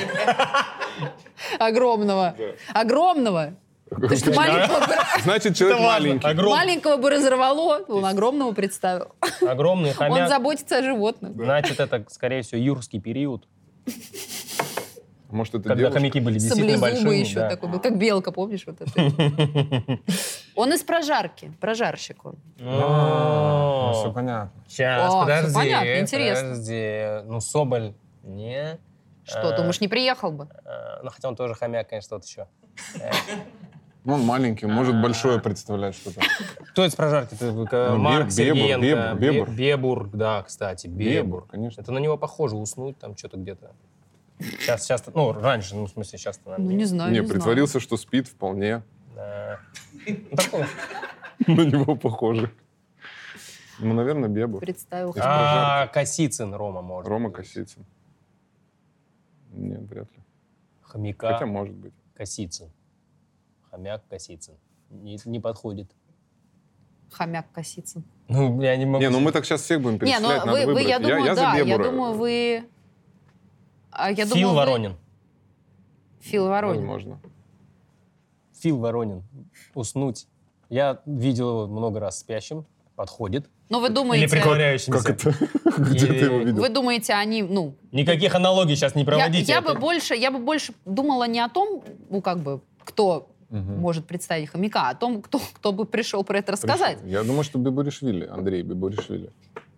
Огромного. Огромного. Потому что маленького бы- Значит, человек маленький. Огромный, маленького бы разорвало, он огромного представил. огромный Он хомяк. заботится о животных. Значит, это, скорее всего, юрский период, Может, это когда девушка? хомяки были действительно Саблезубы большими. еще да. такой был, как белка, помнишь? вот это? Он из прожарки, прожарщик он. Ну, А. всё понятно. О, Сейчас, всё Ну, подожди. понятно, интересно. Подожди. Ну, Соболь, не. Что, Э, думаешь, не приехал бы? э, Ну, хотя он тоже хомяк, конечно, тот еще. Ну, Он маленький, может большое представлять что-то. Кто из прожарки? Ты, э, Ну, Марк Беб- Сергеенко. Бебур, Бебур, Бе- Бебур. Бебур, да, кстати, Бебур. Бебур, конечно. Это на него похоже, уснуть там что-то где-то. Сейчас, сейчас, ну, раньше, ну, в смысле, сейчас то Ну, не знаю, Не, знаю. притворился, что спит вполне. Ну, На него похоже. Ну, наверное, Бебу. Представил. Из А, прожарки. Косицын Рома, может. Рома быть. Косицын. Нет, вряд ли. Хотя, Хомяка может быть. Косицын. Хомяк Косицын. Не, не подходит. Хомяк Косицын. Ну, я не могу... Не, ну мы так сейчас всех будем Не, ну перечислять, надо вы, вы, выбрать. я думаю, да, за я Бебура. думаю, вы... А, я Фил думаю, вы- Воронин. Фил Воронин. Возможно. Фил Воронин. Уснуть. Я видел его много раз спящим. Подходит. Но вы Или думаете, преклоняющимся. Как это? Где ты его видел? вы думаете, они, ну, Никаких аналогий сейчас не я, проводите. я Это- бы больше, я бы больше думала не о том, ну как бы, кто Мгм. может представить хомяка, а о том, кто, кто бы пришел про это рассказать. Я думаю, что Бибуришвили, Андрей Бибуришвили.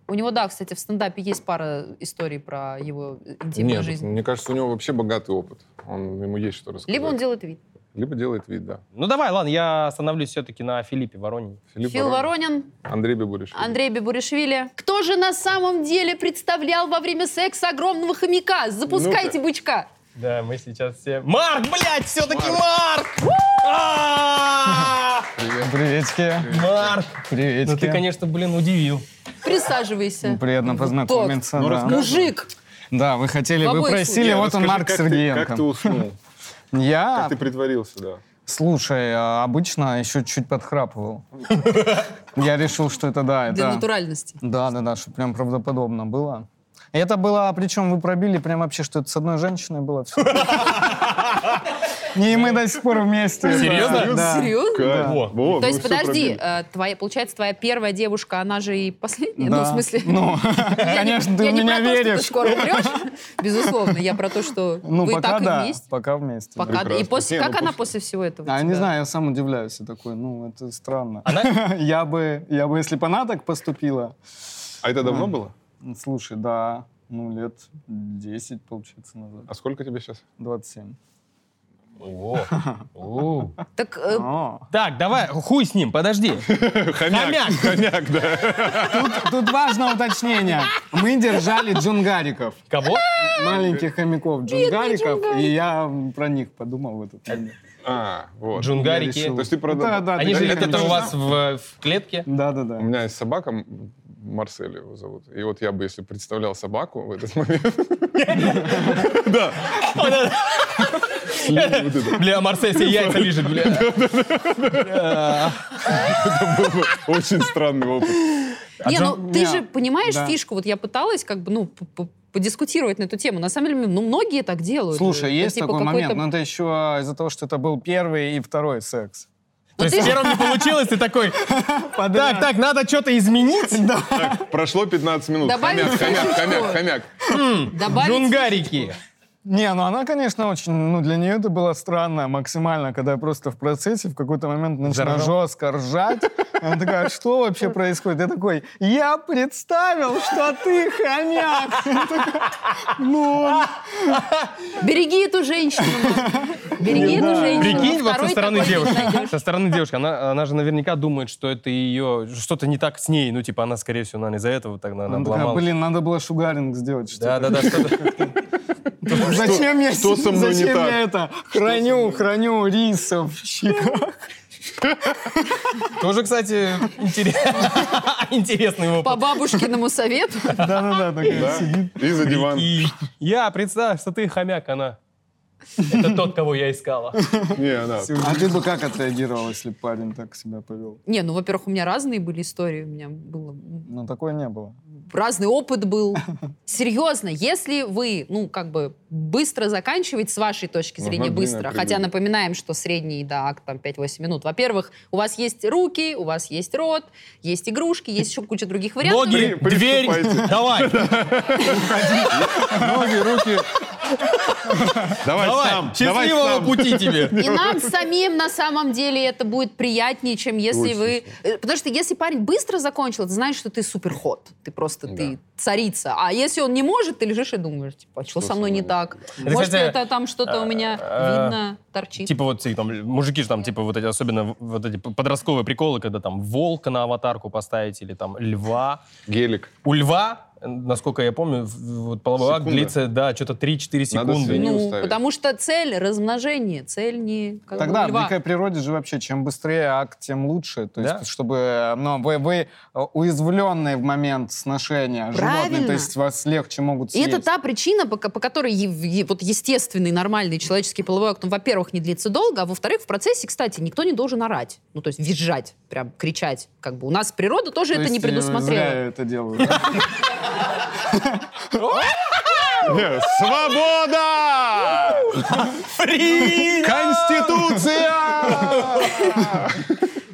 У него, да, кстати, в стендапе есть пара историй про его интимную Нет, ну, жизнь. мне кажется, у него вообще богатый опыт. Он, ему есть что рассказать. Либо он делает вид. Либо делает вид, да. Ну давай, ладно, я остановлюсь все-таки на Филиппе Воронине. Филипп Фил Воронин, Андрей Бибуришвили. Андрей Бибуришвили. Кто же на самом деле представлял во время секса огромного хомяка? Запускайте бычка. Да, мы сейчас все... Марк, блядь, все-таки Марк! А! Привет. Приветики. Марк! Приветики. Ну ты, конечно, блин, удивил. Присаживайся. Ну, Приятно Ну, познакомиться. да. Мужик. Да, вы хотели, В вы обоих просили, случаях. вот он Расскажи, ну Марк как ты- Как ты Сергеенко. уснул? Я, Как ты притворился, да? слушай, а, обычно еще чуть подхрапывал. Я решил, что это да, Для это... натуральности. Да, да, да, что прям правдоподобно было. Это было, причем вы пробили прям вообще, что это с одной женщиной было все. И мы до сих пор вместе. Серьезно? Да. Серьезно? Да. Во, во, То вы есть, всё подожди, пробили. э, твоя, получается, твоя первая девушка, она же и последняя? Ну, Да. в смысле... Ну, я не- конечно, ты я в не меня про то, что веришь. ты скоро умрешь, безусловно. Я про то, что Ну, вы пока так и да, вместе. пока вместе. да. Пока. И Прекрасно. после, Не, ну, как она пусть- после всего этого? А, я тебя? не знаю, я сам удивляюсь. Я такой, ну, это странно. Она- Я бы, я бы, если бы она так поступила... А это давно было? ну, Слушай, да, ну, лет 10, получается, назад. А сколько тебе сейчас? 27. О. О. Так э, О, Так, давай, хуй с ним, подожди. Хомяк. Коняк, да. Тут, тут важно уточнение. Мы держали джунгариков. Кого? Маленьких хомяков джунгариков. И я про них подумал в этот момент. А, вот. Я Джунгарики. решил. То есть ты продал? Да, да. Они же Это где-то не у вас знал. в в клетке. У Да-да-да. меня есть собака, М- Марсель его зовут. И вот я бы, если представлял собаку в этот момент... Да. Слюни вот это. Бля, Марсель все яйца лежит, бля. Это был бы Очень странный опыт. Не, Джон- ну ты А не, же понимаешь да. фишку, вот я пыталась как бы, ну, п- п- подискутировать на эту тему. На самом деле, ну, многие так делают. Слушай, Это есть типа такой момент, какой-то- но это еще из-за того, что это был первый и второй секс. То есть ты с же- первым не получилось, ты такой, так, так, надо что-то изменить. Так, прошло 15 минут. Добавим Хомяк, хомяк, фишку. хомяк, хомяк. добавить- Джунгарики. Не, ну она, конечно, очень, ну для нее это было странно максимально, когда я просто в процессе в какой-то момент начинаю Заржал. жестко ржать. Она такая, «А что вообще происходит? Я такой, я представил, что ты хомяк. Я такой, Ну, Береги эту женщину. мам. Береги эту женщину. Прикинь, вот со Второй стороны такой не девушки. найдешь. Со стороны девушки. Она, она же наверняка думает, что это ее... Что-то не так с ней. Ну, типа, она, скорее всего, наверное, из-за этого тогда она она такая, обломалась. блин, надо было шугаринг сделать. что ли?» Да-да-да, что-то... Зачем я что со мной не зачем так? я это храню, храню рисов? Тоже, кстати, интерес- интересный По опыт. бабушкиному совету. Да-да-да, такая Да? сидит. И за диван. И я представь, что ты хомяк, она. Это тот, кого я искала. Не, да. А ты бы как отреагировал, если бы парень так себя повел? Не, ну, во-первых, у меня разные были истории. У меня было Ну, такое не было. разный опыт был. Серьезно, если вы, ну, как бы быстро заканчиваете с вашей точки Нужна зрения, длинная быстро, прелюдия. хотя напоминаем, что средний, да, акт там 5-8 минут. Во-первых, у вас есть руки, у вас есть рот, есть игрушки, есть еще куча других вариантов. Ноги, При- дверь, приступайте. давай, Ноги, руки. Давай давай, сам, давай счастливого сам. пути тебе. И нам самим на самом деле это будет приятнее, чем если Очень вы... Э, Потому что если парень быстро закончил, ты знаешь, что ты суперход. Ты просто, ты царица. А если он не может, ты лежишь и думаешь, типа, а что, со мной не так? Может, кстати, это там что-то у меня э, видно, торчит? Типа вот эти там, мужики же там, типа вот эти, особенно вот эти подростковые приколы, когда там волка на аватарку поставить или там льва. Гелик. У льва, э, насколько я помню, в- в- вот половой акт Секунда. длится, да, что-то 3-4 Надо секунды. свинью. не Ну, уставить. потому что цель размножение, цель не... как бы, Тогда у в льва. дикой природе же вообще, чем быстрее акт, тем лучше. То есть, Да. чтобы ну, вы, вы э, уязвленные в момент сношения животные, Правильно. то есть вас легче могут И съесть. это та причина, по, ко- по которой е- е- вот естественный, нормальный человеческий половой акт, он, во-первых, не длится долго, а во-вторых, в процессе, кстати, никто не должен орать. Ну, то есть визжать, прям кричать. Как бы у нас природа тоже То это не есть, э, предусмотрела. Зря я это делаю. да? Нет, Э, Свобода! Конституция!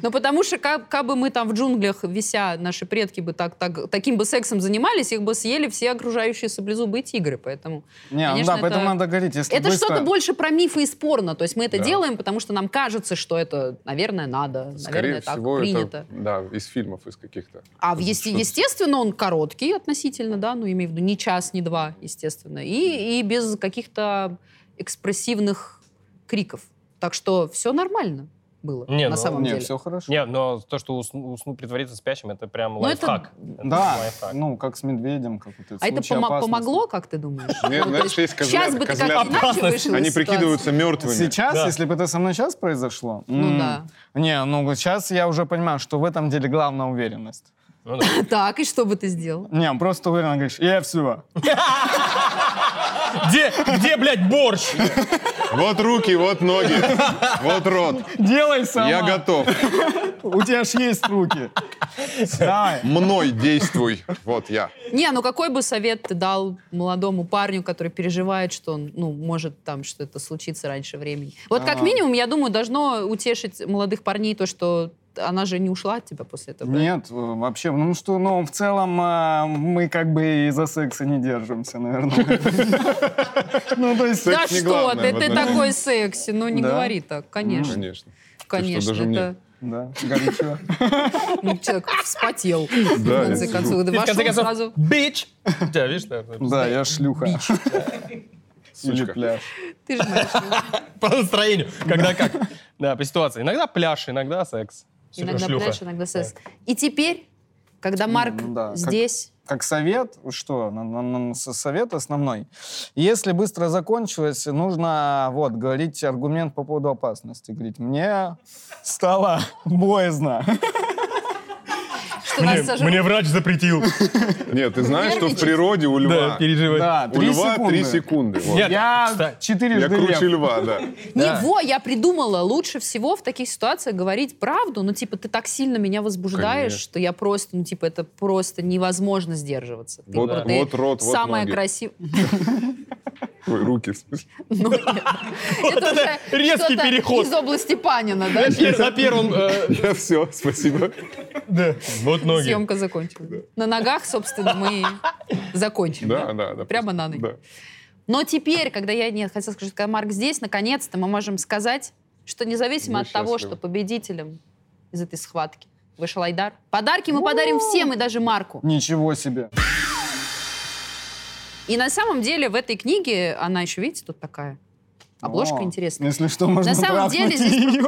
Ну, потому что, как, как бы мы там в джунглях вися, наши предки бы так, так, таким бы сексом занимались, их бы съели все окружающие саблезубые тигры, поэтому... Не, ну конечно, да, поэтому это- надо говорить, если Это быстро- что-то больше про мифы и спорно. То есть мы это Да. делаем, потому что нам кажется, что это, наверное, надо, Скорее наверное, так всего, принято. это да, из фильмов, из каких-то. А в есте- Что-то- естественно, он короткий относительно, да, ну, имею в виду, не час, не два, естественно, и, и без каких-то экспрессивных криков. Так что все нормально было Не, на ну, самом Не, деле. все хорошо. Не, но то, что усну, усну притвориться спящим, это прям Ну, лайфхак. Это Да, лайфхак. ну как с медведем, как вот это. А это случай помо- опасности. помогло, как ты думаешь? Нет, Ну, то знаешь, есть козля- Сейчас бы ты как козля- иначе опасность. вышел из ситуации. Они прикидываются мертвыми. Сейчас, Да. если бы это со мной сейчас произошло. Ну м, да. Не, ну сейчас я уже понимаю, что в этом деле главная уверенность. Ну да. Так, и что бы ты сделал? Не, просто уверенно говоришь, я все. Где, где, блядь, борщ? Вот руки, вот ноги, вот рот. Делай сама. Я готов. У тебя ж есть руки. Давай. Мной действуй. Вот я. Не, ну какой бы совет ты дал молодому парню, который переживает, что он, ну, может там что-то случится раньше времени? Вот как А. минимум, я думаю, должно утешить молодых парней то, что она же не ушла от тебя после этого. Нет, э, вообще, ну что, ну в целом э, мы как бы и за секса не держимся, наверное. Ну то есть, Секс Да не что главное ты, в ты отношениях. такой секси, ну не Да. говори так, конечно, Конечно. конечно. даже мне? это да, горячо. ну, человек вспотел, Да, в я конце сижу. концов. Да Ты, в вошел конце сразу. концов, бич! Да, видишь, да, да. Да, я шлюха. Или Сучка. пляж. Ты же моя шлюха. По настроению. Когда как. Да, по ситуации. Иногда пляж, иногда секс. Всё равно Иногда шлюха. пляж, иногда секс. И теперь, когда Марк ну да, как- здесь, как совет, что, на- на- на- со- совет основной, если быстро закончилось, нужно, вот, говорить аргумент по поводу опасности. Говорить, мне стало боязно. что нас сожрут. врач запретил. Нет, ты знаешь, что в Нервничать. природе у Да, льва... переживать. А, Да, У три льва секунды. три секунды. вот. Нет, Я кстати, Я четырежды лев. круче льва, да. Да. Его я придумала. Лучше всего в таких ситуациях говорить правду. Ну, типа, ты так сильно меня возбуждаешь, Конечно. что я просто, ну, типа, это просто невозможно сдерживаться. Ты Вот- вот, вот рот, вот самая ноги. красивая. Ой, руки, в смысле. Ну, это уже резкий что-то переход. Из области Панина, да? Пер- На первом... э, Я все, спасибо. Вот ноги. Съемка закончилась. На ногах, собственно, мы закончим. Да, да, да. Прямо просто, на ноги. да. Но теперь, когда я нет, хотела сказать, когда Марк здесь, наконец-то мы можем сказать, что независимо Мы от того, счастливы. что победителем из этой схватки вышел Айдар, подарки мы подарим всем и даже Марку. Ничего себе. И на самом деле в этой книге она еще, видите, тут такая обложка О, А интересная. Если что, можно На самом деле трахнуть здесь её.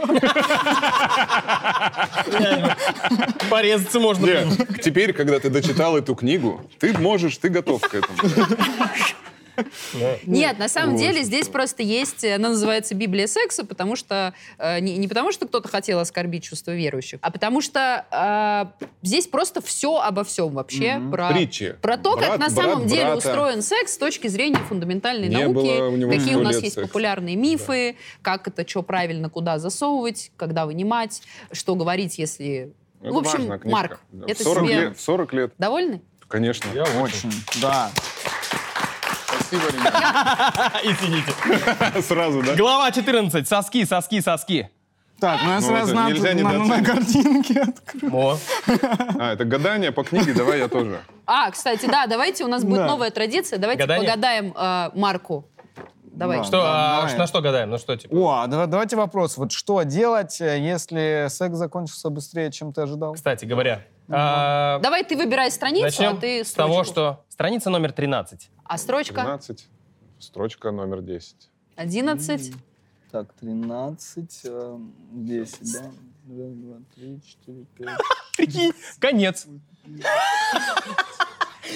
Порезаться можно. Нет, теперь, когда ты дочитал эту книгу, ты можешь, ты готов к этому. Нет, на самом деле здесь просто есть, э, она называется Библия секса, потому что э, не, не потому, что кто-то хотел оскорбить чувство верующих, а потому что э, здесь просто все обо всем вообще про Притчи. Про то, как Брат, на самом брат, деле брата. устроен секс с точки зрения фундаментальной Не было у него науки, какие у сто нас лет есть секса. популярные мифы, как это что правильно куда засовывать, когда вынимать, что говорить, если... Это в общем, важная книжка. Марк, Да, в это 40 тебе лет- в 40 лет, довольны? конечно. Я очень. Очень, да. Спасибо, ребята. Извините. Сразу, да? Глава 14. Соски, соски, соски. Так, ну я Ну, сразу это на, нельзя на- на- на недооценивать. картинке открою. О. А, это гадание по книге, давай я тоже. А, кстати, да, давайте, у нас будет Да. новая традиция, давайте Гадание? погадаем э, Марку. Давай. Да. Что, а, Давай. на что гадаем? Ну что, типа? О, а дава- давайте вопрос. Вот что делать, э, если секс закончился быстрее, чем ты ожидал? Кстати говоря, а, Давай ты выбирай страницу, а начнем ты с строчку. того, что... Страница номер 13. А строчка 13, строчка номер 10. 11. Так, 13, э, 10, да? 2, 2, 3, 4, 5. Прикинь, конец.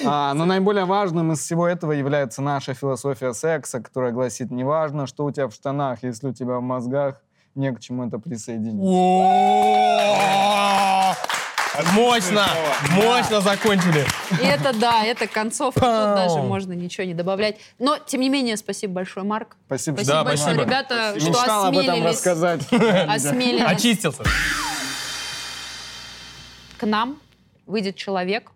А, но наиболее важным из всего этого является наша философия секса, которая гласит, неважно, что у тебя в штанах, если у тебя в мозгах, не к чему это присоединить. О! Мощно! Мощно закончили. И это да, это концовка, Пау. тут даже можно ничего не добавлять. Но, тем не менее, спасибо большое, Марк. Спасибо, Спасибо Да, большое, спасибо. ребята, что мечтал что об этом осмелились, рассказать. осмелились. Очистился. К нам выйдет человек,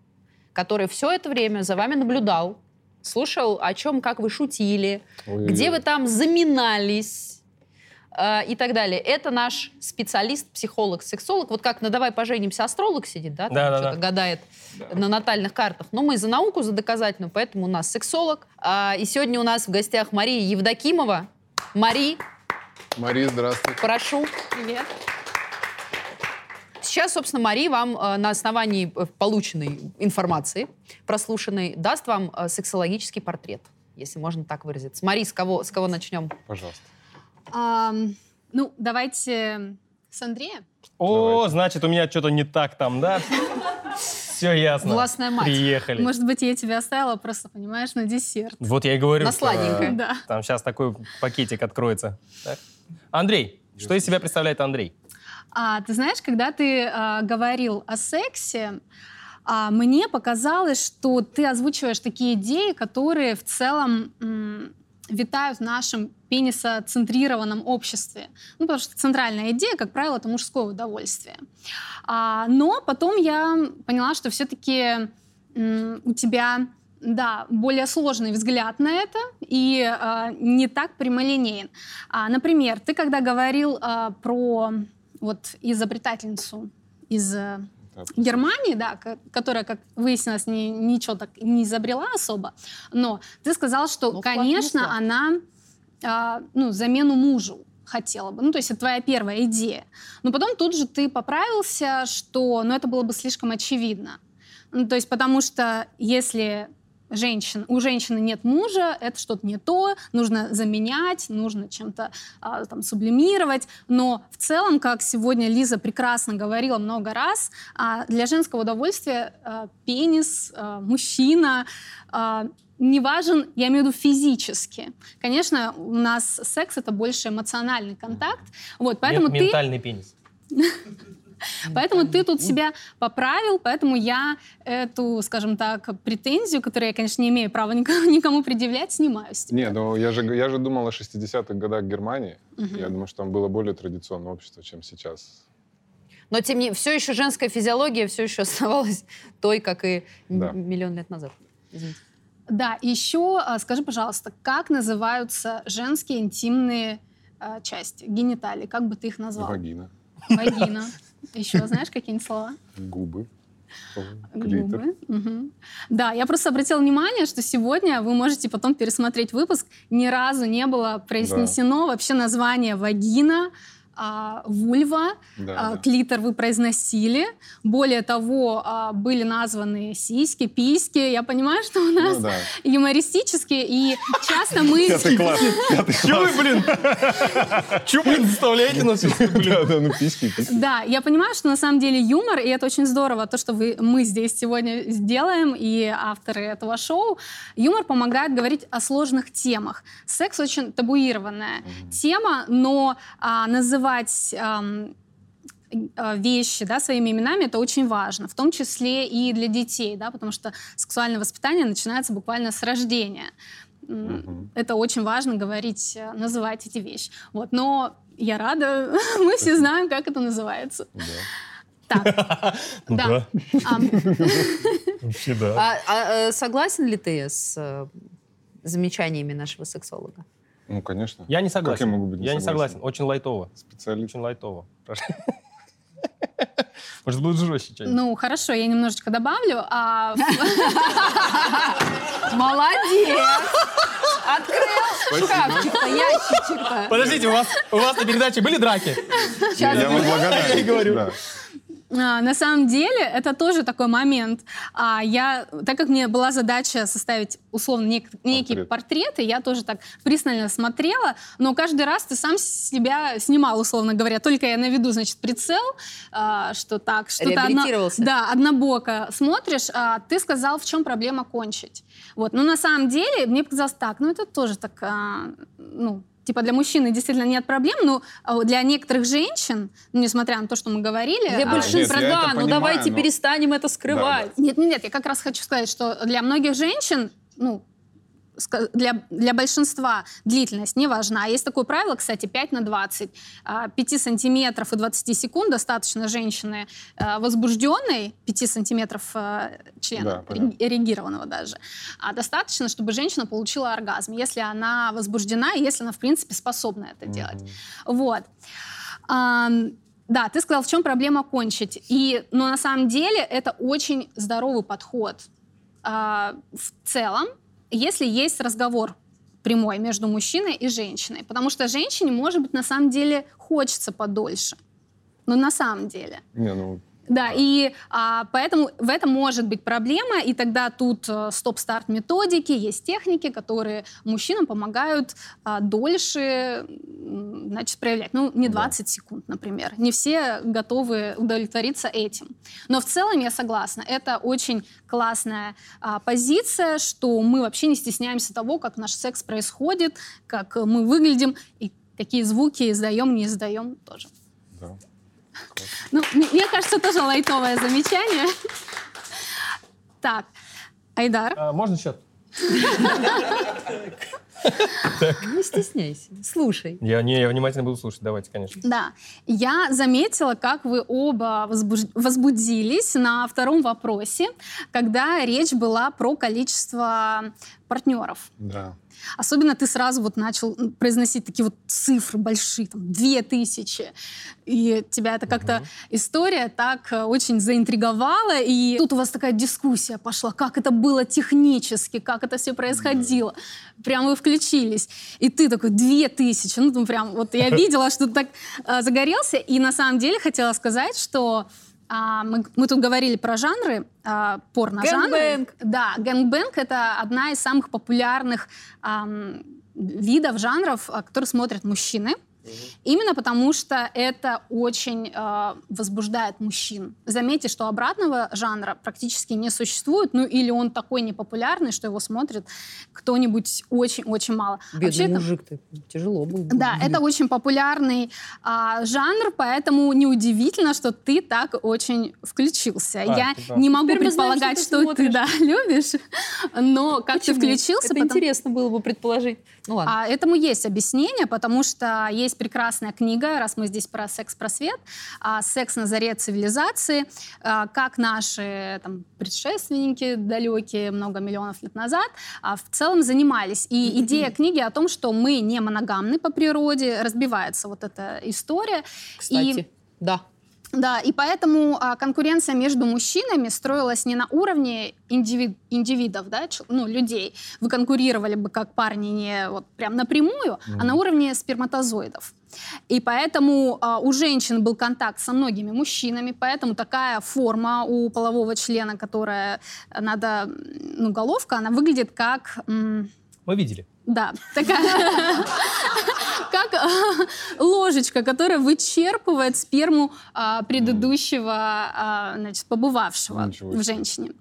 который все это время за вами наблюдал, слушал, о чем, как вы шутили, Ой-ой-ой. где вы там заминались э, и так далее. Это наш специалист, психолог, сексолог. Вот как на «Давай поженимся» астролог сидит, да? там Да-да-да. что-то гадает на натальных картах. Но мы за науку, за доказательную, поэтому у нас сексолог. А, и сегодня у нас в гостях Мария Евдокимова. Мари, Мария, здравствуйте. прошу. Привет. Сейчас, собственно, Мари вам э, на основании э, полученной информации, прослушанной, даст вам э, сексологический портрет, если можно так выразиться. Мари, с кого, с кого начнем? Пожалуйста. Ам, ну, давайте с Андрея. О, значит, у меня что-то не так там, да? Все ясно. Властная мать. Приехали. Может быть, я тебя оставила просто, понимаешь, на десерт. Вот я и говорю. На что сладенькое. Да. Там сейчас такой пакетик откроется. Так. Андрей, что из себя представляет Андрей? А, ты знаешь, когда ты а, говорил о сексе, а, мне показалось, что ты озвучиваешь такие идеи, которые в целом м, витают в нашем пенисоцентрированном обществе. Ну, потому что центральная идея, как правило, это мужское удовольствие. А, но потом я поняла, что все-таки у тебя да, более сложный взгляд на это и а, не так прямолинеен. А, например, ты когда говорил а, про вот изобретательницу из э, Германии, да, ко- которая, как выяснилось, не, ничего так не изобрела особо, но ты сказал, что, Ну, вклад конечно, внесла. она а, ну, замену мужу хотела бы. Ну, то есть это твоя первая идея. Но потом тут же ты поправился, что ну, это было бы слишком очевидно. Ну, то есть потому что если женщин, у женщины нет мужа, это что-то не то, нужно заменять, нужно чем-то а, там сублимировать. Но в целом, как сегодня Лиза прекрасно говорила много раз, а, для женского удовольствия а, пенис, а, мужчина а, не важен, я имею в виду физически. Конечно, у нас секс это больше эмоциональный контакт. Вот, поэтому Мен- ты Ментальный пенис. Поэтому ты тут себя поправил, поэтому я эту, скажем так, претензию, которую я, конечно, не имею права никому, никому предъявлять, снимаю с тебя. Не, ну я же, я же думал о 60-х годах Германии. Мгм. Я думаю, что там было более традиционное общество, чем сейчас. Но тем не все еще женская физиология все еще оставалась той, как и м- Да. миллион лет назад. Извините. Да, и еще а, скажи, пожалуйста, как называются женские интимные а, части, гениталии, как бы ты их назвал? Вагина, Вагина. Еще знаешь какие-нибудь слова? губы, клитор. Губы. Мгм. Да, я просто обратила внимание, что сегодня вы можете потом пересмотреть выпуск. Ни разу не было произнесено вообще название вагина, а, вульва, Да, а, да. клитор вы произносили. Более того, а, были названы сиськи, письки. Я понимаю, что у нас Ну да. юмористические, и часто мы... Че вы, блин? Че, блин, заставляете нас? Да, да, ну письки, письки. Да, я понимаю, что на самом деле юмор, и это очень здорово, то, что вы, мы здесь сегодня сделаем, и авторы этого шоу. Юмор помогает говорить о сложных темах. Секс очень табуированная тема, но а, называть... ам, э, вещи да, своими именами, это очень важно, в том числе и для детей, да, потому что сексуальное воспитание начинается буквально с рождения. М, Мгм. Это очень важно говорить, э, называть эти вещи. Вот, но я рада, мы все знаем, как это называется. Да. Так, да. ам, Вообще да. А- а, э, согласен ли ты с э, замечаниями нашего сексолога? Ну, конечно. Я не согласен. Как я могу быть не Я не согласен. согласен? Очень лайтово. Специалист. Очень лайтово. Может, будет жестче что-нибудь. Ну, хорошо, я немножечко добавлю. А, Молодец! Открыл шкафчик-то, ящичек-то. Подождите, у вас, у вас на передаче были драки? Сейчас Я вам благодарен. Я и говорю. Да. А, На самом деле, это тоже такой момент. А, Я, так как мне была задача составить условно нек- некие Портрет. портреты, я тоже так пристально смотрела, но каждый раз ты сам себя снимал, условно говоря. Только я наведу, значит, прицел, а, что так, что то Реабилитировался. да, однобоко смотришь, а ты сказал, в чем проблема кончить. Вот. Но на самом деле, мне показалось так, ну это тоже так, а, ну, типа для мужчины действительно нет проблем, но а, для некоторых женщин, ну, несмотря на то, что мы говорили... Для а, большинства, нет, я это ну понимаю, давайте но- перестанем это скрывать. Нет, нет, нет, я как раз хочу сказать, что для многих женщин, ну, ска- для, для большинства длительность не важна. Есть такое правило, кстати, 5 на 20. А, 5 сантиметров и 20 секунд достаточно женщины а, возбужденной, 5 сантиметров а, члена, Да, ре- эрегированного даже, а достаточно, чтобы женщина получила оргазм, если она возбуждена, и если она, в принципе, способна это делать. Вот. Ам, да, ты сказал, в чем проблема кончить. И, но на самом деле это очень здоровый подход. А, в целом, если есть разговор прямой между мужчиной и женщиной, потому что женщине, может быть, на самом деле хочется подольше. Но на самом деле. Не, ну, Да, и а, поэтому в этом может быть проблема, и тогда тут э, стоп-старт методики, есть техники, которые мужчинам помогают а, дольше, м, значит, проявлять. Ну, не 20 секунд, например. Не все готовы удовлетвориться этим. Но в целом я согласна, это очень классная а, позиция, что мы вообще не стесняемся того, как наш секс происходит, как э, мы выглядим и какие звуки издаем, не издаем тоже. да. Ну, м- мне кажется, тоже лайтовое замечание. Так, Айдар. А, можно счет? Не стесняйся, слушай. Я, не, я внимательно буду слушать, давайте, конечно. Да, я заметила, как вы оба возбуж- возбудились на втором вопросе, когда речь была про количество партнеров. Да. Особенно ты сразу вот начал м, произносить такие вот цифры большие, там, две тысячи. И тебя это как-то история так э, очень заинтриговала. И тут у вас такая дискуссия пошла, как это было технически, как это все происходило. Прям вы включились. И ты такой, две тысячи. Ну, там прям вот я видела, что ты так э, загорелся. И на самом деле хотела сказать, что а, мы, мы тут говорили про жанры, а, порно-жанры. Гэнгбэнг. Да, гэнгбэнг — это одна из самых популярных ам, видов, жанров, а, которые смотрят мужчины. Именно потому, что это очень э, возбуждает мужчин. Заметьте, что обратного жанра практически не существует, ну или он такой непопулярный, что его смотрит кто-нибудь очень-очень мало. Бедный Вообще это- мужик ты, тяжело будет. да, это очень популярный а, жанр, поэтому неудивительно, что ты так очень включился. Я ты прав. не могу Теперь мы знаем, предполагать, что ты что, ты смотришь. да, любишь, но как Почему? ты включился, Это потом- интересно было бы предположить. Ну ладно. а этому есть объяснение, потому что есть прекрасная книга, раз мы здесь про секс-просвет, а, «Секс на заре цивилизации», а, как наши там, предшественники далекие, много миллионов лет назад, а, в целом занимались. И идея книги о том, что мы не моногамны по природе, разбивается вот эта история. Кстати, да. Да, и поэтому а, конкуренция между мужчинами строилась не на уровне индиви- индивидов, да, чел- ну, людей. Вы конкурировали бы как парни не вот прям напрямую, а на уровне сперматозоидов. И поэтому а, у женщин был контакт со многими мужчинами, поэтому такая форма у полового члена, которая э, надо, м, ну, головка, она выглядит как... м, Мы видели. да, такая, как э, ложечка, которая вычерпывает сперму а, предыдущего, а, значит, побывавшего Ничего себе. в женщине.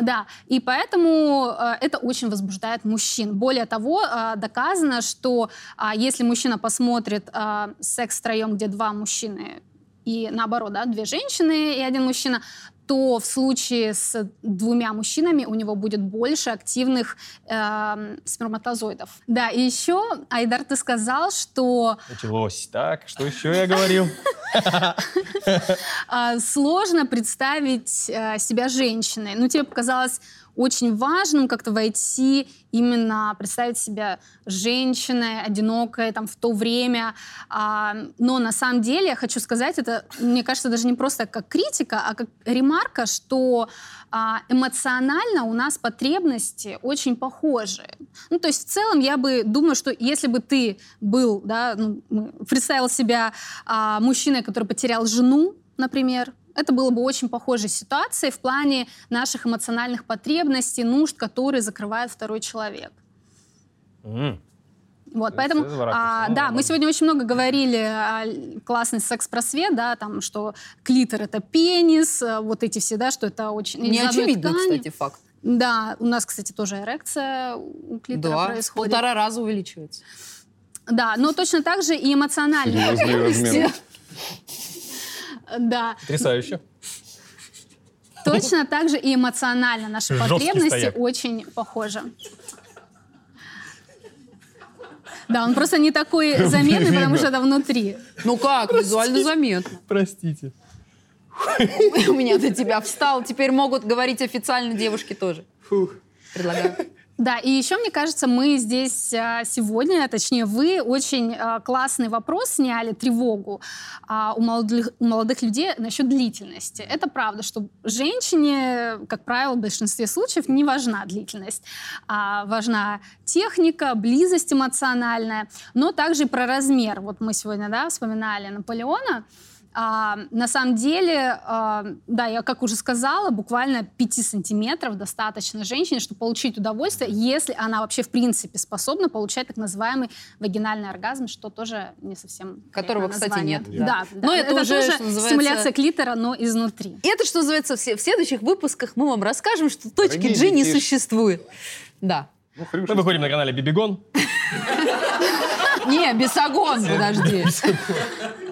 Да, и поэтому э, это очень возбуждает мужчин. Более того, э, доказано, что а, если мужчина посмотрит а, секс втроем, где два мужчины и наоборот, да, две женщины и один мужчина, то в случае с двумя мужчинами у него будет больше активных эм, сперматозоидов. Да, и еще, Айдар, ты сказал, что Началось. Так, что еще я говорил? а, сложно представить э, себя женщиной. Ну, тебе показалось очень важным как-то войти именно, представить себя женщиной, одинокой там в то время. А, но на самом деле, я хочу сказать, это, мне кажется, даже не просто как критика, а как ремарка, что а, эмоционально у нас потребности очень похожи. Ну, то есть в целом я бы думаю, что если бы ты был, да, ну, м, представил себя а, мужчиной, который потерял жену, например, это было бы очень похожей ситуацией в плане наших эмоциональных потребностей, нужд, которые закрывает второй человек. М. Вот, То поэтому, есть из врага, а, ну, да, нормально. мы сегодня очень много говорили о л- классный секс-просвет, да, там, что клитор это пенис, э, вот эти все, да, что это очень... Не из одной очевидный, ткани. кстати, факт. Да, у нас, кстати, тоже эрекция у клитора Да, в происходит. полтора раза увеличивается. Да, но точно так же и эмоциональные Серьезные потребности. размеры. Да, Потрясающе. точно так же и эмоционально наши Жесткий потребности стояк. очень похожи. Да, он просто не такой заметный, потому что это внутри. Ну как, визуально заметно. Простите. У меня до тебя встал. Теперь могут говорить официально девушки тоже. Предлагаю. Да, и еще, мне кажется, мы здесь а, сегодня, точнее вы, очень а, классный вопрос сняли, тревогу а, у, молодых, у молодых людей насчет длительности. Это правда, что женщине, как правило, в большинстве случаев не важна длительность. А, важна техника, близость эмоциональная, но также и про размер. Вот мы сегодня да, вспоминали Наполеона. А, на самом деле, а, да, я как уже сказала, буквально 5 сантиметров достаточно женщине, чтобы получить удовольствие, если она вообще в принципе способна получать так называемый вагинальный оргазм, что тоже не совсем... Которого, корректное кстати, название. нет, да. Да, да. Но это это, уже, тоже что называется- стимуляция клитора, но изнутри. Это, что называется, все- в следующих выпусках мы вам расскажем, что точки Дорогие G не детишки. существует. Да. Ну, хрюша. Мы выходим на канале Бибигон. Не, бесогон, подожди.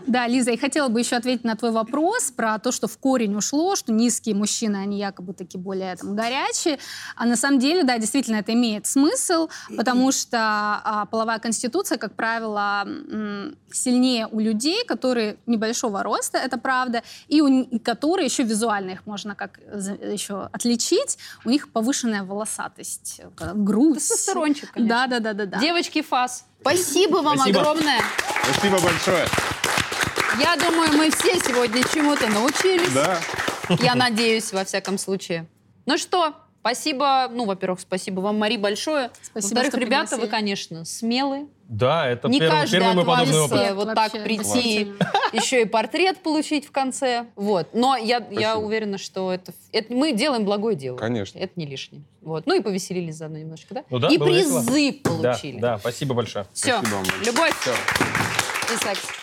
Да, Лиза, я хотела бы еще ответить на твой вопрос про то, что в корень ушло, что низкие мужчины, они якобы такие более там, горячие. А на самом деле, да, действительно, это имеет смысл, потому что а, половая конституция, как правило, м, сильнее у людей, которые небольшого роста, это правда, и, у, н- и которые еще визуально их можно как э, за- еще отличить, у них повышенная волосатость, э, грудь. Тестостерончик, конечно. Да, да, да, да, да. Девочки ФАС, спасибо вам Спасибо. огромное. Спасибо большое. Я думаю, мы все сегодня чему-то научились. Да. Я надеюсь, во всяком случае. Ну что, спасибо, ну, во-первых, спасибо вам, Мари, большое. Спасибо, Во-вторых, что ребята, вы, пригласили. конечно, смелые. Да, это Не первый, каждый первый мой отвалится. подобный опыт. Э, вот так прийти. действительно. Еще и портрет получить в конце. Вот. Но я, я Спасибо. уверена, что это, это мы делаем благое дело. Конечно. Это не лишнее. Вот. Ну и повеселились заодно немножко, да? Ну да, и было призы весело. Да, получили. да, спасибо большое. Все. Спасибо вам большое. Любовь и секс.